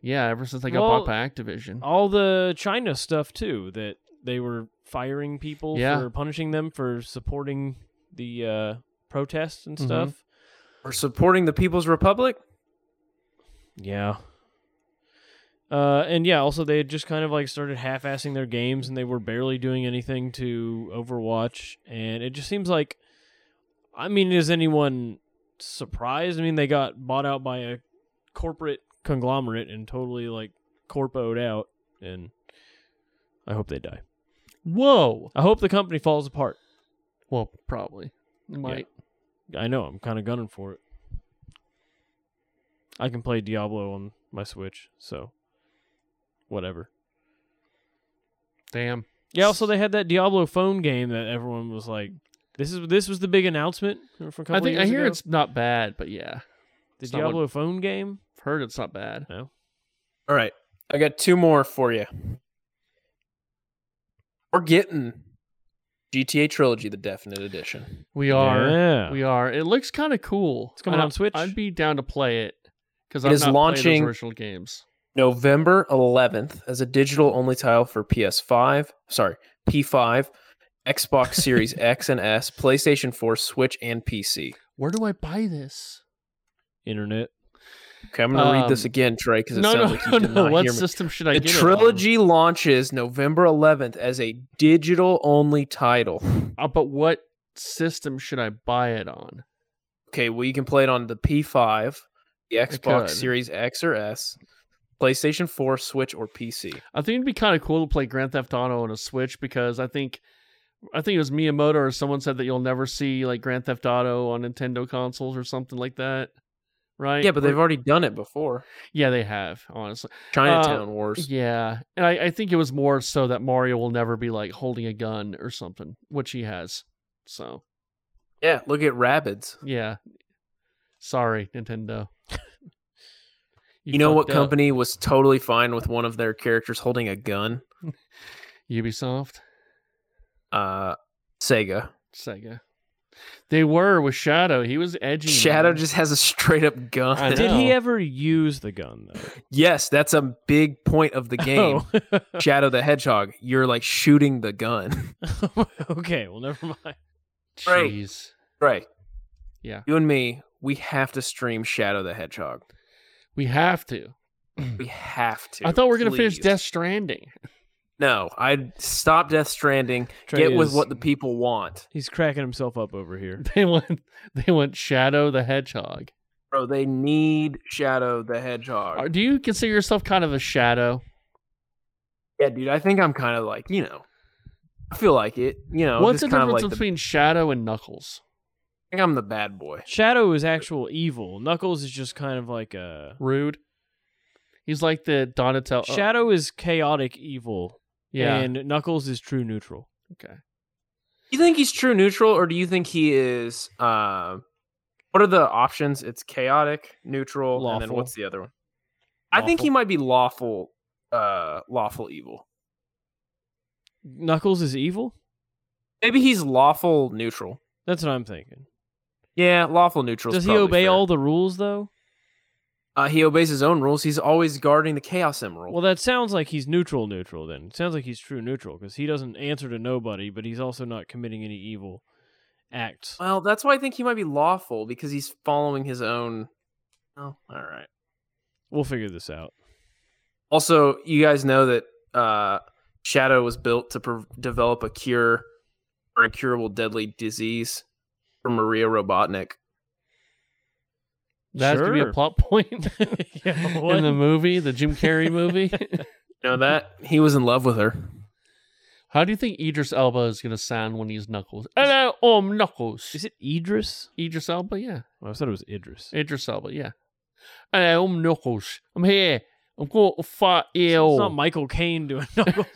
yeah, ever since they got Well, bought by Activision, All the China stuff too that they were firing people Yeah. for punishing them for supporting the uh, protests and Mm-hmm. Mhm. stuff. We're supporting the People's Republic. Yeah. Uh, and yeah, also they had just kind of like started half-assing their games, and they were barely doing anything to Overwatch, and it just seems like, I mean, is anyone surprised? I mean, they got bought out by a corporate conglomerate and totally like corpoed out, and I hope they die. whoa. I hope the company falls apart. Well, probably It might. I know I'm kind of gunning for it. I can play Diablo on my Switch, so whatever. Damn. Yeah, also they had that Diablo phone game that everyone was like, "This is this was the big announcement from a couple I think years I hear ago. it's not bad, but yeah, the it's not what- Diablo phone game." I've heard it's not bad. All right. I got two more for you. We're getting GTA Trilogy, the Definite Edition. We are. Yeah. We are. It looks kind of cool. It's coming I'd- on Switch. I'd be down to play it because It I've is not played launching- those original games. November 11th as a digital only title for PS5, sorry, P5, Xbox Series X and S, PlayStation 4, Switch, and PC. Where do I buy this? Internet. Okay, I'm going to read this Um, again, Trey, because it no, sounds no, like you no, did no. not What hear me. system should I the get? trilogy launches November 11th as a digital only title. It on? Uh, but what system should I buy it on? Okay, well, you can play it on the P5, the Xbox could. Series X or S, PlayStation 4, Switch, or PC. I think it'd be kind of cool to play Grand Theft Auto on a Switch because I think, I think it was Miyamoto or someone said that you'll never see like Grand Theft Auto on Nintendo consoles or something like that, right? Yeah, but Or- they've already done it before. yeah they have honestly. Uh, Chinatown Wars. Yeah, and I, I think it was more so that Mario will never be like holding a gun or something, which he has. So Yeah, look at Rabbids. yeah, sorry Nintendo. You, know what fucked up, company was totally fine with one of their characters holding a gun? Ubisoft, Uh, Sega. Sega. They were with Shadow. He was edgy. man. Shadow just has a straight up gun. I Did he know. ever use the gun though? Yes, that's a big point of the game. Oh. Shadow the Hedgehog, you're like shooting the gun. Oh. okay, well never mind. Right. Jeez. Right. Yeah. You and me, we have to stream Shadow the Hedgehog. We have to. We have to. I thought we were gonna finish please. Death Stranding. No, I'd stop Death Stranding. Trey get with is- what the people want. He's cracking himself up over here. They want they want Shadow the Hedgehog. Bro, they need Shadow the Hedgehog. Are- Do you consider yourself kind of a shadow? yeah, dude, I think I'm kind of like, you know, I feel like it. You know, What's the just kind of difference like the- between Shadow and Knuckles? I think I'm the bad boy. Shadow is actual evil. Knuckles is just kind of like a rude. He's like the Donatello. oh, Shadow is chaotic evil, yeah. and Knuckles is true neutral. okay. You think he's true neutral, or do you think he is? Um, what are the options? It's chaotic, neutral, and then Lawful. what's the other one? I think he Lawful. might be lawful, uh, lawful evil. Knuckles is evil. Maybe he's lawful neutral. That's what I'm thinking. Yeah, lawful neutral. Does he obey all the rules though? Uh, he obeys his own rules. He's always guarding the Chaos Emerald. Well, that sounds like he's neutral, neutral. Then it sounds like he's true neutral because he doesn't answer to nobody, but he's also not committing any evil acts. Well, that's why I think he might be lawful because he's following his own. Oh, all right. We'll figure this out. Also, you guys know that uh, Shadow was built to pre- develop a cure for incurable deadly disease for Maria Robotnik. That has to be a Sure. plot point yeah, what? in the movie, the Jim Carrey movie. You know that he was in love with her. How do you think Idris Elba is going to sound when he's Knuckles? Hello, um, Knuckles. is it Idris? Idris Elba, yeah. Well, Oh, I thought it was Idris. Idris Elba, yeah. Eh, Hello, I'm Knuckles. I'm here. I'm going to fight It's not you. Michael Caine doing Knuckles.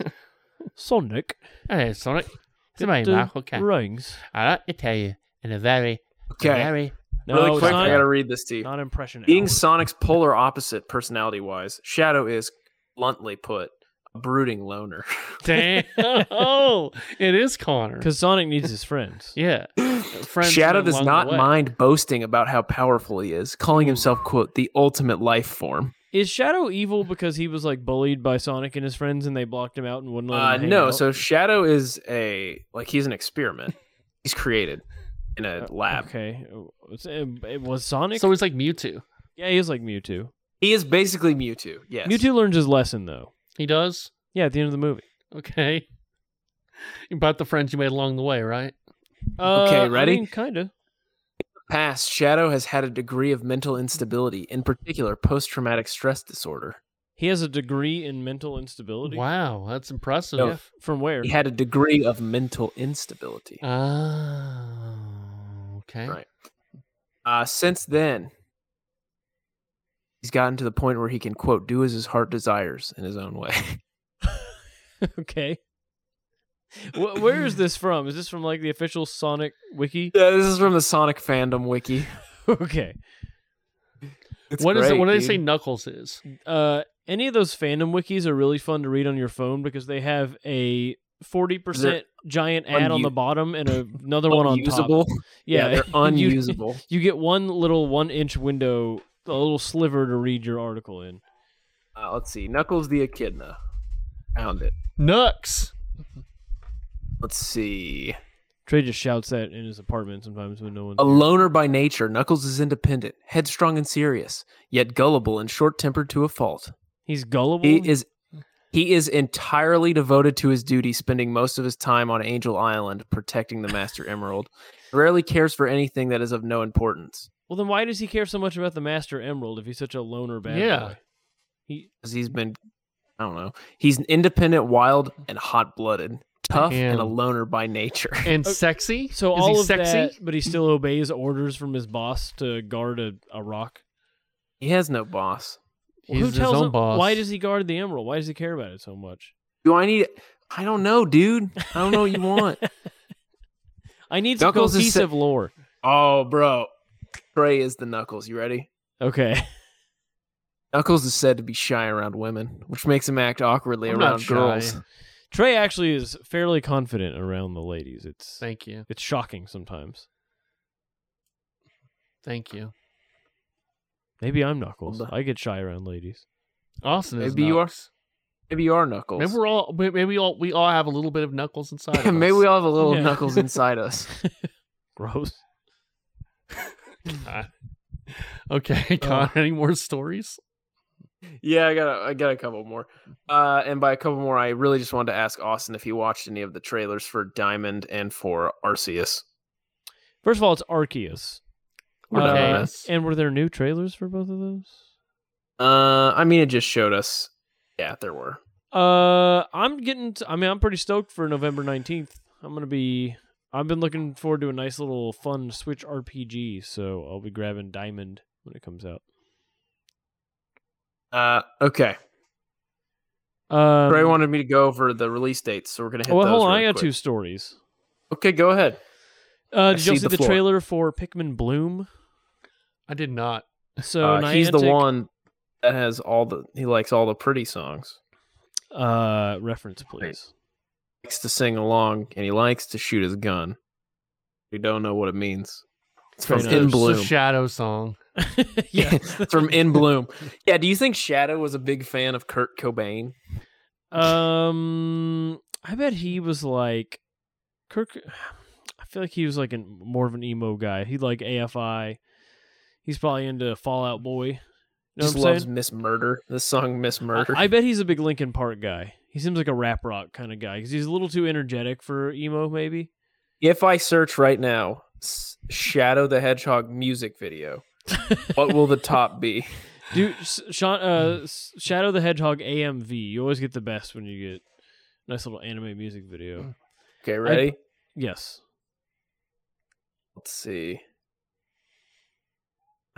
Sonic. Hello, Sonic. It's It, my uh, Michael Caine. Rings. Eh, I like to tell you in a very, very No, really it's quick, not, I gotta read this to you. not impression. Being hour. Sonic's polar opposite personality wise, Shadow is, bluntly put, a brooding loner. damn. oh, it is Connor. Because Sonic needs his friends. Yeah. Friends Shadow along does the not way. mind boasting about how powerful he is, calling himself, quote, the ultimate life form. Is Shadow evil because he was like bullied by Sonic and his friends and they blocked him out and wouldn't let him Uh, hang no, out? so Shadow is a, like, he's an experiment. he's created in a lab. Uh, Okay. Was- It was Sonic. So he's like Mewtwo. yeah, he is like Mewtwo. He is basically Mewtwo, yes. Mewtwo learns his lesson though. He does? Yeah, at the end of the movie. Okay. About the friends you made along the way, right? Okay, ready? Uh, I mean, kinda. past, Shadow has had a degree of mental instability, in particular, post traumatic stress disorder. He has a degree in mental instability. Wow, that's impressive. No. From where? He had a degree of mental instability. Oh, okay. Right. Uh, since then, he's gotten to the point where he can, quote, do as his heart desires in his own way. okay. Wh- where is this from? Is this from like the official Sonic wiki? Yeah, this is from the Sonic fandom wiki. okay. It's What is it? great, What do they dude. say? Knuckles is. Uh, any of those fandom wikis are really fun to read on your phone because they have a forty percent giant ad on Unus- the bottom and a- another one on top. Unusable. Yeah, they're you- unusable. You get one little one-inch window, a little sliver to read your article in. Uh, let's see. Knuckles the Echidna. Found it. Nooks. Let's see. Trey just shouts that in his apartment sometimes when no one's. A loner by nature, Knuckles is independent, headstrong and serious, yet gullible and short-tempered to a fault. He's gullible. He is he is entirely devoted to his duty, spending most of his time on Angel Island protecting the Master Emerald. Rarely cares for anything that is of no importance, well, then why does he care so much about the Master Emerald if he's such a loner bad Yeah. boy? He because he's been I don't know. He's independent, wild, and hot-blooded, tough, and a Damn. loner by nature. And sexy. Uh, so is all he of sexy? that, but he still obeys orders from his boss to guard a, a rock. He has no boss. Well, He's Who his tells own him boss. why does he guard the emerald? Why does he care about it so much? Do I need? I don't know, dude. I don't know what you want. I need some Knuckles is sa- cohesive lore. oh, bro. Trey is the Knuckles. You ready? Okay. Knuckles is said to be shy around women, which makes him act awkwardly I'm not around shy. girls. Trey actually is fairly confident around the ladies. It's Thank you. it's shocking sometimes. Thank you. Maybe I'm Knuckles. Hold on. I get shy around ladies. Austin is. Maybe you are- Knucks. Maybe you are Knuckles. Maybe we're all. Maybe we all. We all have a little bit of knuckles inside. of Maybe us. we all have a little Yeah. Knuckles inside us. Gross. God. Okay, Con, Oh. any more stories? Yeah, I got a, I got a couple more. Uh, and by a couple more, I really just wanted to ask Austin if he watched any of the trailers for Diamond and for Arceus. First of all, it's Arceus. We're done Uh, with Arceus. this. and were there new trailers for both of those? Uh, I mean, it just showed us. Yeah, there were. Uh, I'm getting. T- I mean, I'm pretty stoked for November nineteenth. I'm gonna be. I've been looking forward to a nice little fun Switch RPG, so I'll be grabbing Diamond when it comes out. Uh, okay. Um, Trey wanted me to go over the release dates, so we're gonna hit. well, those hold on. really I got quick. two stories. Okay, go ahead. Uh, did see you see the the, floor. trailer for Pikmin Bloom? I did not. So Uh, he's the Niantic, one that has all the. He likes all the pretty songs. Uh, reference, please. Likes to sing along, and he likes to shoot his gun. We don't know what it means. It's from Fair In enough. Bloom. It's a shadow song. yeah. it's from In Bloom. Yeah. Do you think Shadow was a big fan of Kurt Cobain? Um, I bet he was like Kirk. I feel like he was like an, more of an emo guy. He like AFI. He's probably into Fallout Boy. You know Just what I'm loves saying? Miss Murder. The song Miss Murder. I, I bet he's a big Linkin Park guy. He seems like a rap rock kind of guy because he's a little too energetic for emo, maybe. if I search right now, s- Shadow the Hedgehog music video, what will the top be? Dude, S- Sean, uh, S- Shadow the Hedgehog AMV. You always get the best when you get a nice little anime music Hmm. video. Okay, ready? Yes. Let's see.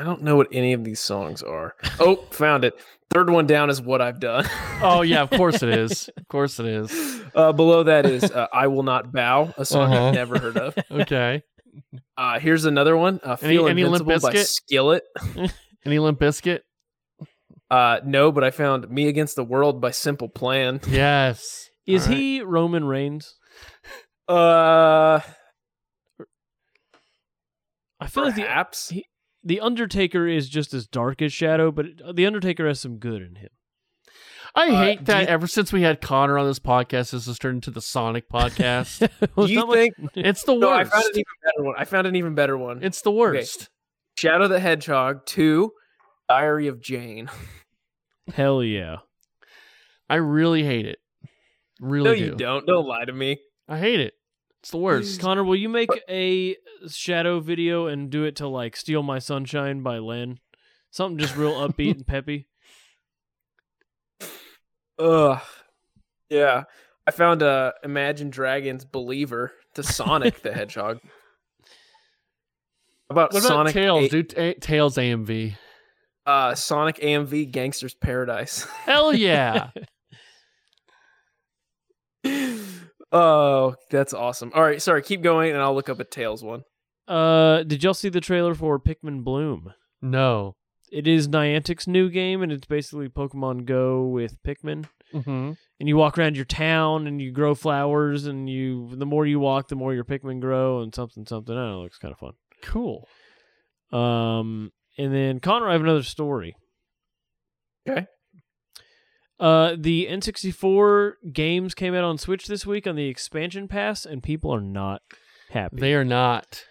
I don't know what any of these songs are. Oh, found it. Third one down is what I've done. Oh yeah, of course it is. Of course it is. Uh, below that is uh, I Will Not Bow, a song Uh-huh. I've never heard of. Okay. Uh, here's another one uh, Any- Feel any Limp Invincible by Bizkit? Skillet. Any Limp Biscuit? Uh, no, but I found Me Against the World by Simple Plan. Yes. Is All right. he Roman Reigns? Uh, I feel like the perhaps. he- the Undertaker is just as dark as Shadow, but it- uh, the Undertaker has some good in him. I Uh, hate do that. you- Ever since we had Connor on this podcast, this has turned into the Sonic podcast. Well, it's Do you not much- think- it's the no, I worst. found an even better one. I found an even better one. It's the worst. Shadow the Hedgehog 2, Diary of Jane. Hell yeah! I really hate it. Really no, do. you don't. Don't lie to me. I hate it. It's the worst. Connor, will you make a Shadow video and do it to like "Steal My Sunshine" by Len? Something just real upbeat and peppy. Ugh. Yeah. I found uh Imagine Dragons believer to Sonic the Hedgehog. How about, What about Sonic Tails, A- dude? Ta- Tails AMV. uh Sonic AMV Gangster's Oh, Paradise. Hell yeah. uh Oh, that's awesome. All right, sorry, keep going and I'll look up a Tails one. Uh, did y'all see the trailer for Pikmin Bloom? No. It is Niantic's new game, and it's basically Pokemon Go with Pikmin. Mm-hmm. and you walk around your town and you grow flowers and you the more you walk the more your pikmin grow and something something i don't know it looks kind of fun Cool. um and then connor i have another story Okay. uh the n64 games came out on switch this week on the expansion pass and people are not happy They are not.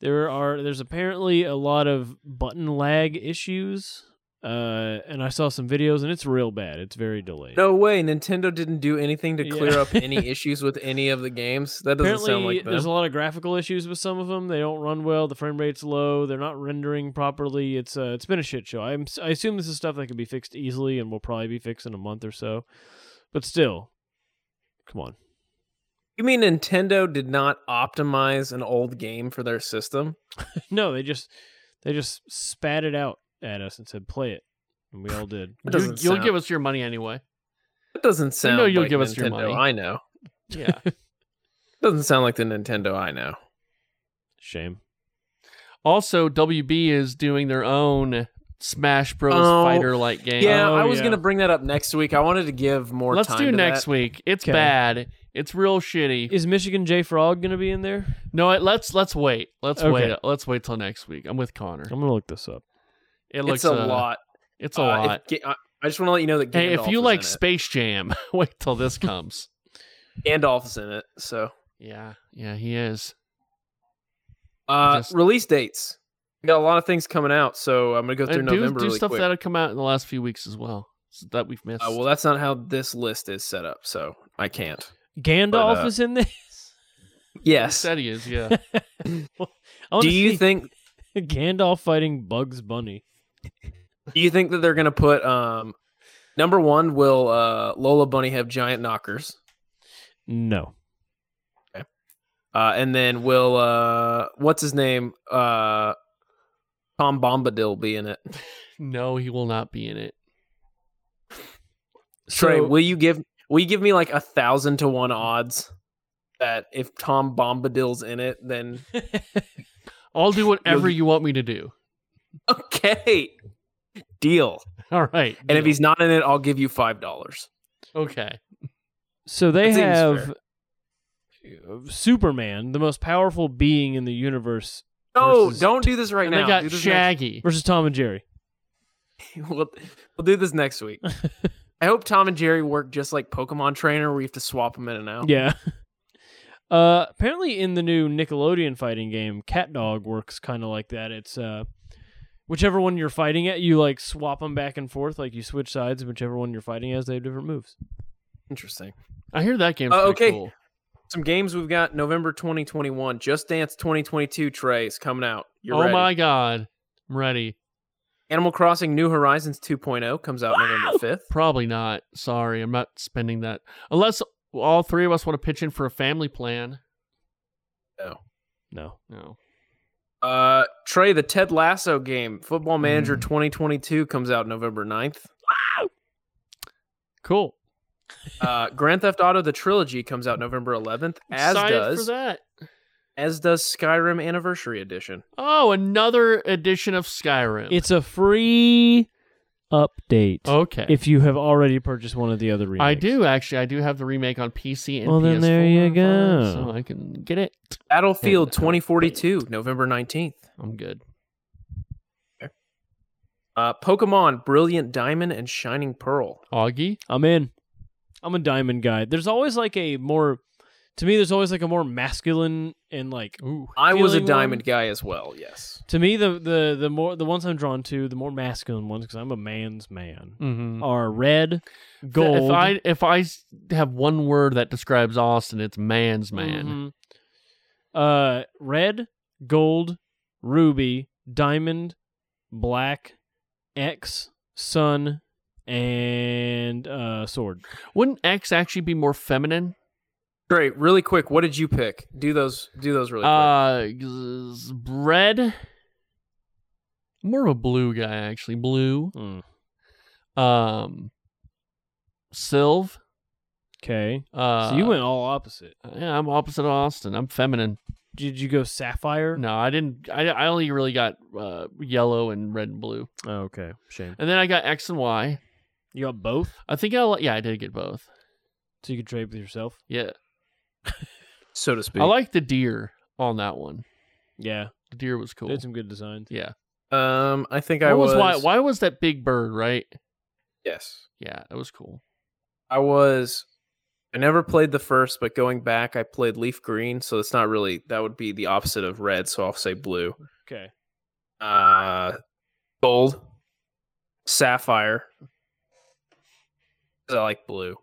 there are there's apparently a lot of button lag issues uh and i saw some videos and it's real bad it's very delayed No way, Nintendo didn't do anything to Yeah. clear up any issues with any of the games. That doesn't Apparently, sound like there's them. a lot of graphical issues with some of them. They don't run well. The frame rate's low. They're not rendering properly. It's uh, it's been a shit show. I'm s- I assume this is stuff that can be fixed easily and will probably be fixed in a month or so. But still, come on. You mean Nintendo did not optimize an old game for their system? No, they just they just spat it out at us and said play it, and we all did. That You, will doesn't sound- give us your money anyway. That doesn't sound know you'll like give Nintendo us your money. I know. Yeah. Doesn't sound like the Nintendo I know. Shame. also, WB is doing their own Smash Bros. Oh, fighter like game. Yeah, Oh, I was yeah. gonna bring that up next week. I wanted to give more Let's time do to next that. week. It's Okay. bad. It's real shitty. Is Michigan J Frog gonna be in there? No, I- let's let's wait. Let's Okay. wait. Let's wait till next week. I'm with Connor. I'm gonna look this up. It It's looks a uh, lot. It's a Uh, if lot. Ga- I I just want to let you know that Gandalf hey, if you is like in Space Jam, wait till this comes. it. Gandalf is in it. So yeah, yeah, he is. uh, Just- release dates. We got a lot of things coming out, so I'm gonna go through And Uh, do November do really stuff quick. that had come out in the last few weeks as well so that we've missed. Uh, well, that's not how this list is set up, so I can't. Gandalf But, uh, is in there. he Yes. said he is. Yeah, I wanna Do you see think? Gandalf fighting Bugs Bunny? Do you think that they're gonna put um, number one? Will uh, Lola Bunny have giant knockers? No. Uh, and then will uh, what's his name? Uh, Tom Bombadil be in it? no, he will not be in it. Trey, So- will you give will you give me like a thousand to one odds that if Tom Bombadil's in it, then I'll do whatever You'll- you want me to do. okay, deal. All right. And if deal. he's not in it, I'll give you five dollars. okay, So they That seems have uh, Superman, the most powerful being in the universe, No, Versus- don't do this right and now. they got do this Shaggy. versus Tom and Jerry. next- we'll, we'll do this next week. I hope Tom and Jerry work just like Pokemon Trainer, where you have to swap them in and Oh. out. Yeah. Uh, apparently, in the new Nickelodeon fighting game, Cat Dog works kind of like that. It's uh, whichever one you're fighting at, you like swap them back and forth, like you switch sides, and whichever one you're fighting as, they have different moves. Interesting. I hear that game's Uh, pretty okay. cool. Some games we've got November 2021. Just Dance 2022 Trey is coming out. You're oh ready. my god, I'm ready. Animal Crossing New Horizons 2.0 comes out November 5th. Probably not. Sorry, I'm not spending that unless all three of us want to pitch in for a family plan. No. No. Uh, Trey, the Ted Lasso game, Football Manager 2022, comes out November 9th. Cool. Uh, Grand Theft Auto: The Trilogy comes out November 11th, as Excited for does that. as does Skyrim Anniversary Edition. Oh, another edition of Skyrim. It's a free update okay. if you have already purchased one of the other remakes. I do actually. I do have the remake on PC and Well, PS4. then there you go. uh, So I can get it. Battlefield Yeah. 2042, November 19th. I'm good. Uh, Pokemon Brilliant Diamond and Shining Pearl. Augie. I'm in. I'm a diamond guy. There's always like a more to me there's always like a more masculine and like Ooh. I was a um, Feeling diamond one? guy as well. Yes. to me the the the more the ones I'm drawn to, the more masculine ones cuz I'm a man's man. Mm-hmm. Are red, gold. If I if I s- have one word that describes Austin, it's man's man. Mhm. Uh red, gold, ruby, diamond, black, X, sun, and uh sword. Wouldn't X actually be more feminine? Great. Really quick, what did you pick? Do those do those really quick. Uh, z- red. More of a blue guy actually. Blue. Mm. Um, Sylve. Okay. Uh, so you went all opposite. Yeah, I'm opposite of Austin. I'm feminine. Did you go sapphire? No, I didn't. I, I only really got uh, yellow and red and blue, Oh, okay. Shame. and then I got X and Y. You got both, I think I li- yeah I did get both. so you could trade with yourself. Yeah, so to speak. I like the deer on that one. Yeah. The deer was cool. Did some good designs. yeah. um, I think I What was. was why? Why was that big bird? Right? Yes, Yeah, that was cool. I was. I never played the first, but going back, I played leaf green, so it's not really. That would be the opposite of red, so I'll say blue. Okay. Uh, gold, sapphire. 'cause I like blue.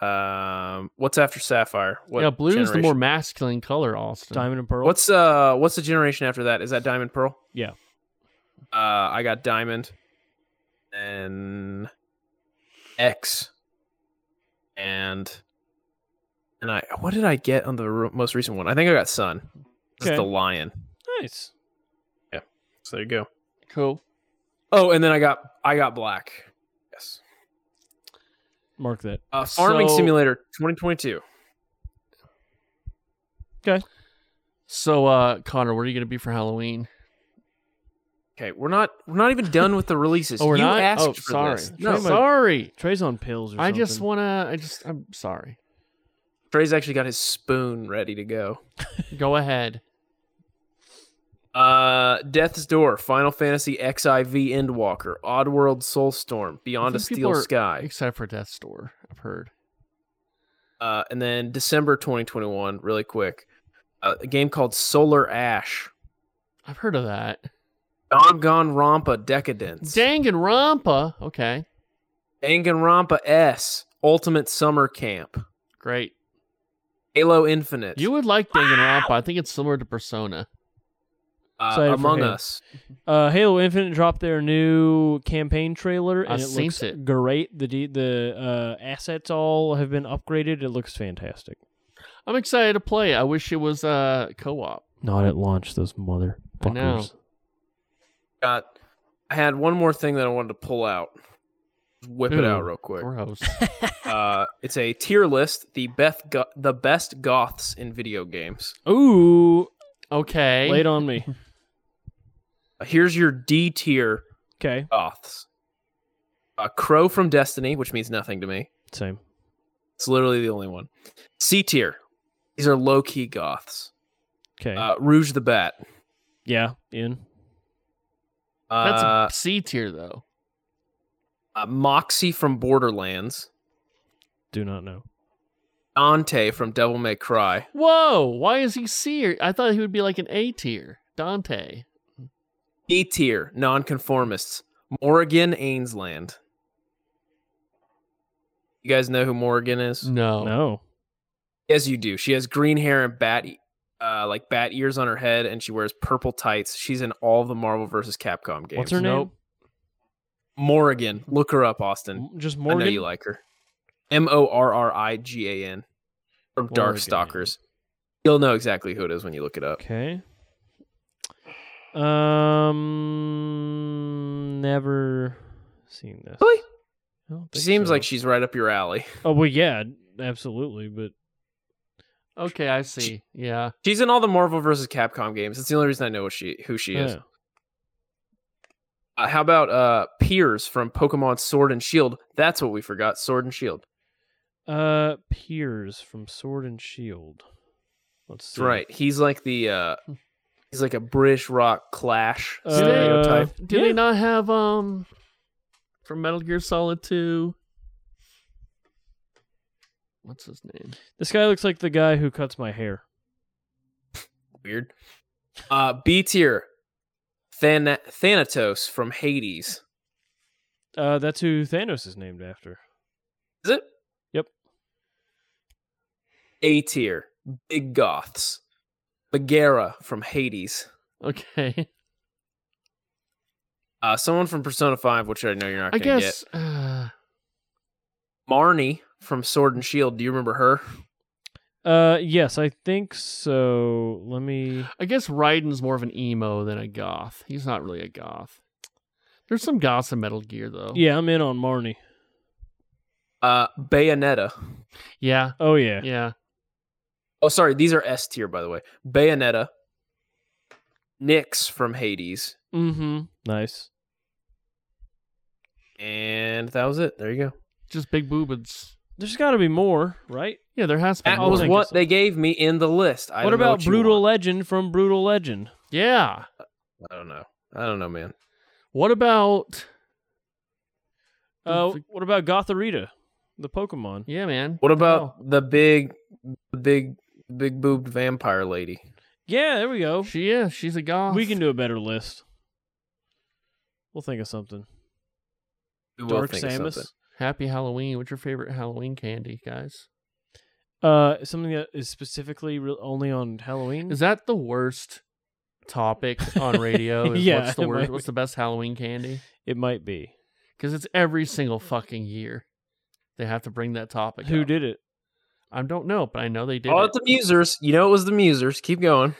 Um, what's after sapphire? What yeah, blue is the generation? more masculine color, Austin. Diamond and pearl. What's uh what's the generation after that? Is that Diamond Pearl? Yeah. Uh I got Diamond and X and and I what did I get on the r- most recent one? I think I got Sun. It's Okay. the lion. nice? So there you go. Cool. Oh, and then I got I got black. Yes. Mark that. Uh, Farming So- Simulator 2022. So, uh, Connor, what are you gonna be for Halloween? Okay, we're not we're not even done with the releases. Oh, we're you not. asked oh, for sorry. this. No. sorry. Trey's on pills. or I just something. wanna. I just. I'm sorry. Trey's actually got his spoon ready to go. Go ahead. Uh, Death's Door, Final Fantasy XIV Endwalker, Oddworld Soulstorm, I Beyond a think Steel people are- Sky, Except for Death Store, I've heard. uh, and then December 2021, really quick, uh, a game called Solar Ash, I've heard of that. Danganronpa Decadence, Danganronpa. Okay, Danganronpa S, Ultimate Summer Camp, great. Halo Infinite, You would like Danganronpa. I think it's similar to Persona. uh, Sorry for Among him. Us. Uh, Halo Infinite dropped their new campaign trailer, and I've it seen looks it. great. The de- the uh, assets all have been upgraded. It looks fantastic. I'm excited to play. it. I wish it was uh co-op. Not at launch, those I know. motherfuckers. Got, I had one more thing that I wanted to pull out. Whip it Ooh, out real quick. Gross. Uh, it's a tier list the best go- the best goths in video games. Ooh, Okay. laid on me. Uh, Here's your D tier Okay, goths. Uh, Crow from Destiny, which means nothing to me. same. It's literally the only one. C tier. These are low key goths. Okay, Uh, Rouge the Bat. yeah, in That's Uh, C tier though. uh, Moxie from Borderlands. do not know. Dante from Devil May Cry. Whoa! Why is he C? Or, I thought he would be like an A tier. Dante. E tier. Nonconformists. Morgan Ainsland. You guys know who Morgan is? Mm. No. No, Yes, you do. She has green hair and bat, e- uh, like bat ears on her head, and she wears purple tights. She's in all the Marvel vs. Capcom games. what's her name? Nope. Morrigan. Look her up, Austin. M- Just I know Morgan. you like her. M O R R I G A N from Morrigan. Darkstalkers. You'll know exactly who it is when you look it up. okay. Um, never seen this. Really? I don't She think seems so. like she's right up your alley. Oh well, yeah, absolutely. But Okay, I see. Yeah. She's in all the Marvel vs. Capcom games. That's the only reason I know she who she is. yeah. Uh, how about uh Piers from Pokemon Sword and Shield? That's what we forgot. Sword and Shield. Uh, Piers from Sword and Shield. Let's That's see. right. He's like the uh he's like a British rock clash Uh, stereotype. Do yeah. they not have um from Metal Gear Solid 2? What's his name? This guy looks like the guy who cuts my hair. Weird. Uh B tier. Than- Thanatos from Hades. Uh, that's who Thanos is named after. Is it? Yep. A tier. Big Goths. Bagheera from Hades. Okay. Uh someone from Persona 5, which I know you're not I gonna get. guess uh, Marnie from Sword and Shield. Do you remember her? Uh, yes, I think so. Let me. I guess Raiden's more of an emo than a goth. He's not really a Oh. goth. There's some goths in Metal Gear though. Yeah, I'm in on Marnie. Uh, Bayonetta. Yeah. Oh yeah. Yeah. Oh, sorry, these are S tier, by the way. Bayonetta, Nyx from Hades, Mm-hmm. Nice. and that was it. There you go. Just big boobins. There's got to be more, right? Yeah, there has to be. That more. was think what it's- they gave me in the list. I what don't know about you Brutal want. Legend from Brutal Legend? Yeah. I don't know. I don't know, man. What about? Uh, Don't think- what about Gotharita, the Pokemon? Yeah, man. What about Oh. the big, the big, big boobed vampire lady? Yeah, there we go. She is. She's a goth. We can do a better list. We'll think of something. We will Dark think of Samus. something. Happy Halloween. What's your favorite Halloween candy, guys? Uh, something that is specifically re- only on Halloween. Is that the worst topic on radio? Is Yeah, What's the it might worst? be. What's the best Halloween candy? it might be. Because it's every single fucking year they have to bring that topic. Who up. did it? I don't know, but I know they did. Oh, it. it's the Musers. You know it was the Musers. Keep going.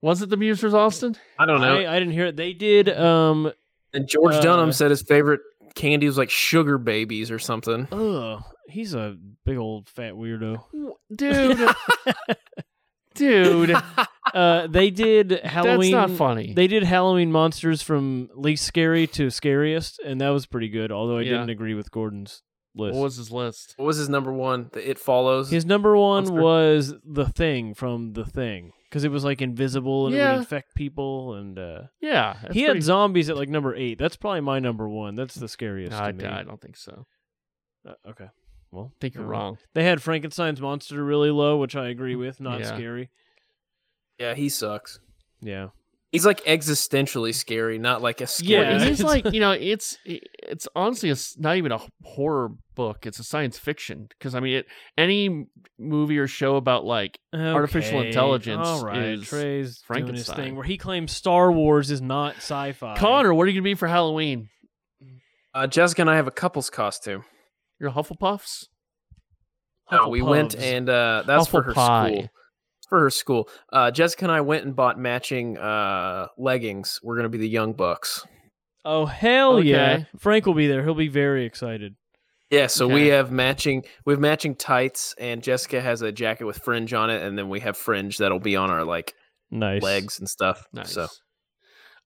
Was it the Musers, Austin? I don't know. I, I didn't hear it. They did. Um. and George Dunham uh, said his favorite candy was like sugar babies or something. Ugh. He's a big old fat weirdo. Dude, dude, Uh, they did that's Halloween. not funny. They did Halloween monsters from least scary to scariest, and that was pretty good. Although I Yeah. didn't agree with Gordon's list. what was his list? What was his number one? The It Follows. His number one Monster. was the thing from the thing because it was like invisible and it Yeah. would infect people, and uh, Yeah, that's he pretty- had zombies at like number eight. That's probably my number one. That's the scariest I, to me. I don't think so. Uh, okay, well, I think you're Yeah. wrong. Mm, they had Frankenstein's monster really low, which I agree with. Not Yeah. scary. yeah, he sucks. Yeah, He's like existentially scary, not like a scary. Yeah. Well, he's like you know, it's it's honestly it's not even a horror book. It's a science fiction because I mean, it, any movie or show about like Artificial Okay, intelligence All right, is Trey's doing his Frankenstein. thing where he claims Star Wars is not sci-fi. Connor, what are you gonna be for Halloween? Uh, Jessica and I have a couple's costume. You're Hufflepuffs. Uh, we went Hufflepuffs. and uh, that's for her Hufflepie. school. For her school, uh, Jessica and I went and bought matching uh, leggings. We're gonna be the Young Bucks. oh hell Okay. yeah, Frank will be there. He'll be very excited. Yeah, so we Okay. have matching. We have matching tights, and Jessica has a jacket with fringe on it, and then we have fringe that'll be on our like Nice legs and stuff. Nice. So,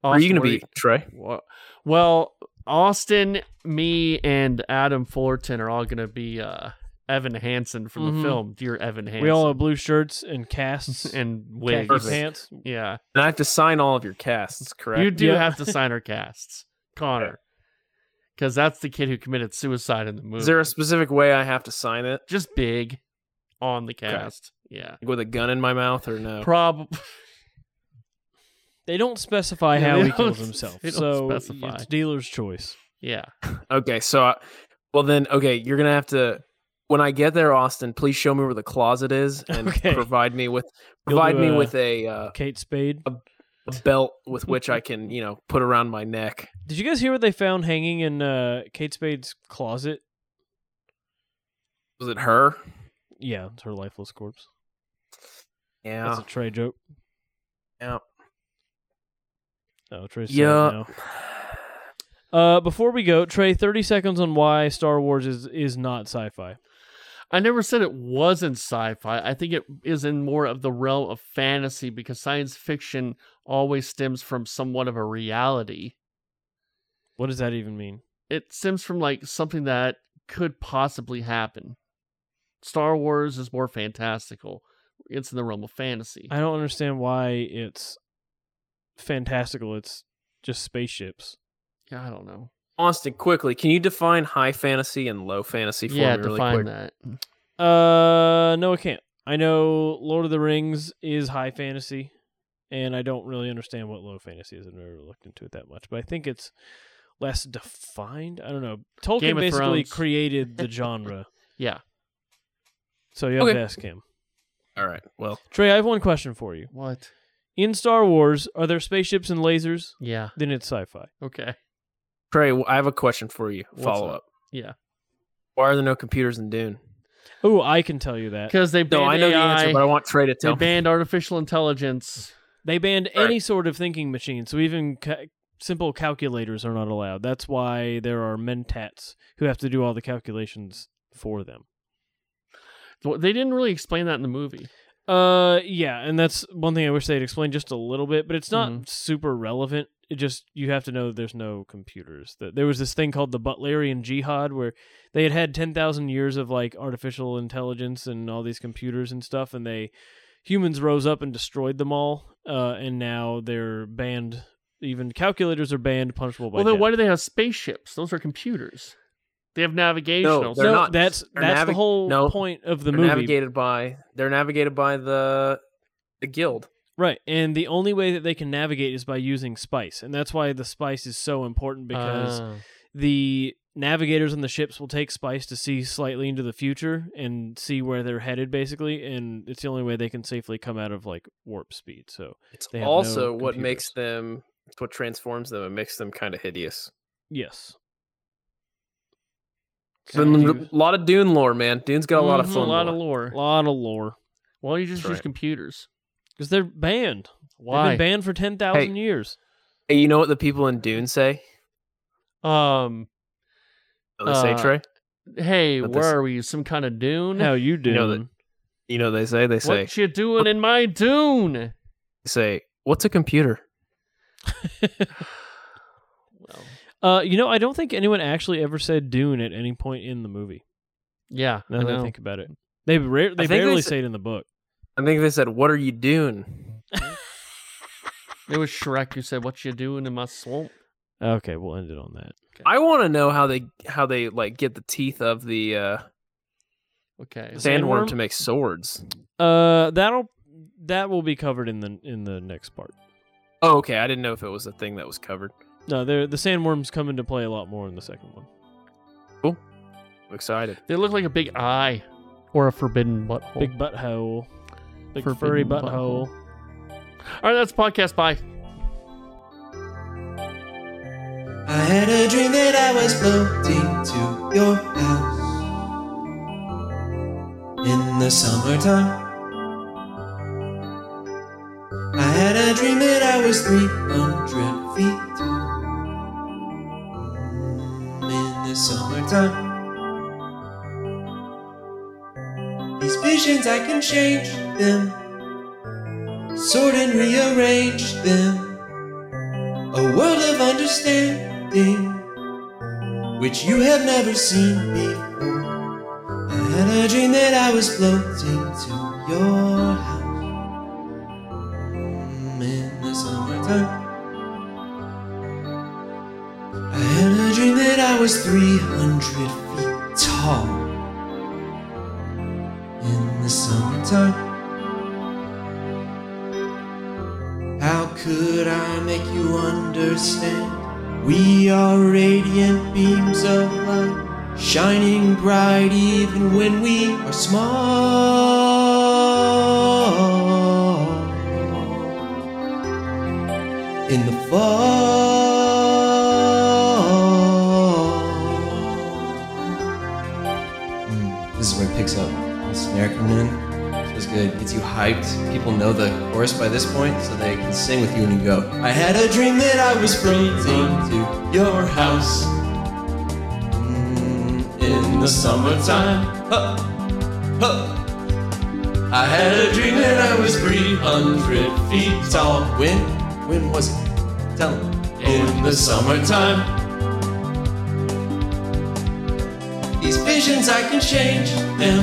Austin, are you gonna what be Trey? Wha- Well, Austin, me, and Adam Fullerton are all gonna be uh, Evan Hansen from Mhm. the film Dear Evan Hansen. We all have blue shirts and casts and and khaki wigs. Perfect. pants. Yeah, And I have to sign all of your casts, correct? you do Yeah. have to sign our casts, Connor, because that's the kid who committed suicide in the movie. Is there a specific way I have to sign it? just big on the cast? Yeah, Like, With a gun in my mouth or no? prob. They don't specify Yeah, how they he kills don't- himself, they don't so specify. it's dealer's choice. Yeah, Okay, so, I, well then, okay, you're gonna have to. When I get there, Austin, please show me where the closet is and Okay. provide me with You'll provide do me a- with a, uh, Kate Spade. a belt with which I can you know put around my neck. Did you guys hear what they found hanging in uh, Kate Spade's closet? Was it her? Yeah, it's her lifeless corpse. Yeah. That's a Trey joke. Yeah. Oh, Trey's yeah. Yeah. Now. Uh, before we go, Trey, thirty seconds on why Star Wars is is not sci-fi. I never said it wasn't sci-fi. I think it is in more of the realm of fantasy because science fiction always stems from somewhat of a reality. What does that even mean? it stems from like something that could possibly happen. Star Wars is more fantastical. It's in the realm of fantasy. I don't understand why it's fantastical. It's just spaceships. Yeah, I don't know. Austin, quickly, can you define high fantasy and low fantasy for yeah, me really define quick? that. Uh, no, I can't. I know Lord of the Rings is high fantasy, and I don't really understand what low fantasy is. I've never looked into it that much, but I think it's less defined. I don't know. Tolkien Game of basically Thrones. created the genre, Yeah. so you have Okay. to ask him. All right. Well, Trey, I have one question for you. What? In Star Wars, are there spaceships and lasers? Yeah. Then it's sci-fi. Okay. Trey, I have a question for you. What's Follow up? up. Yeah. Why are there no computers in Dune? Oh, I can tell you that. Because they Uh, No, banned I know the AI, answer, but I want Trey to they tell me. banned artificial intelligence. They banned All right. any sort of thinking machine, so even ca- simple calculators are not allowed. That's why there are mentats who have to do all the calculations for them. Well, They didn't really explain that in the movie. Uh, yeah, and that's one thing I wish they'd explained just a little bit, but it's not Mhm. super relevant. It just you have to know that there's no computers. That there was this thing called the Butlerian Jihad, where they had had ten thousand years of like artificial intelligence and all these computers and stuff, and they humans rose up and destroyed them all. Uh, and now they're banned. Even calculators are banned, punishable by well, then death. why do they have spaceships? Those are computers. They have navigational. Ah. no, They're not. that's They're that's the navi- whole no, point of the they're movie. navigated by they're navigated by the the guild. Right, and the only way that they can navigate is by using spice, and that's why the spice is so important because Ah. the navigators on the ships will take spice to see slightly into the future and see where they're headed, basically, and it's the only way they can safely come out of like warp speed. So It's They have no also what makes them it's what transforms them and makes them kind of hideous. yes, A lot of Dune lore, man. Dune's got a lot of Mhm, fun. a lot lore. of lore. a lot of lore Why don't you just That's use right. computers? because they're banned. They've Why? been banned for ten thousand years. Hey, you know what the people in Dune say? um. What They say Uh, Trey. Hey, But where this- are we? Some kind of dune? How you doing? know that- You know they say they say what you doing in my dune? they say what's a computer? Well, uh, you know, I don't think anyone actually ever said Dune at any point in the movie. yeah, Now I that I know. think about it, they rare, they think they barely sa- say it in the book. I think they said what are you doing? it was Shrek who said, "What you doing in my swamp?" Okay, we'll end it on that. I want to know how they how they like get the teeth of the uh, Okay, sandworm Sandworm? to make swords. Uh, that'll that will be covered in the in the next part. Oh, okay. I didn't know if it was a thing that was covered. No, there the sandworms come into play a lot more in the second one. I'm excited. they look like a big eye or a forbidden butthole. Big butthole, big Forbidden furry butthole. All right, that's podcast. Bye. I had a dream that I was floating to your house in the summertime. I had a dream that I was 300 feet tall Mm, in the summertime. These visions, I can change them, sort and rearrange them a world of understanding which you have never seen before. I had a dream that I was floating to your house Mm, in the summertime. I had a dream that I was 300 feet tall in the summertime. How could I make you understand? We are radiant beams of light, shining bright even when we are small. In the fall. Mm, this is where it picks up. The snare coming in was good. Gets you hyped. People know the chorus by this point, so they can sing with you and you go. I had a dream that I was floating to your house Mm, in the summertime. Huh. Huh. I had a dream that I was 300 feet tall. When? When was it? Tell me. In the summertime. These visions, I can change them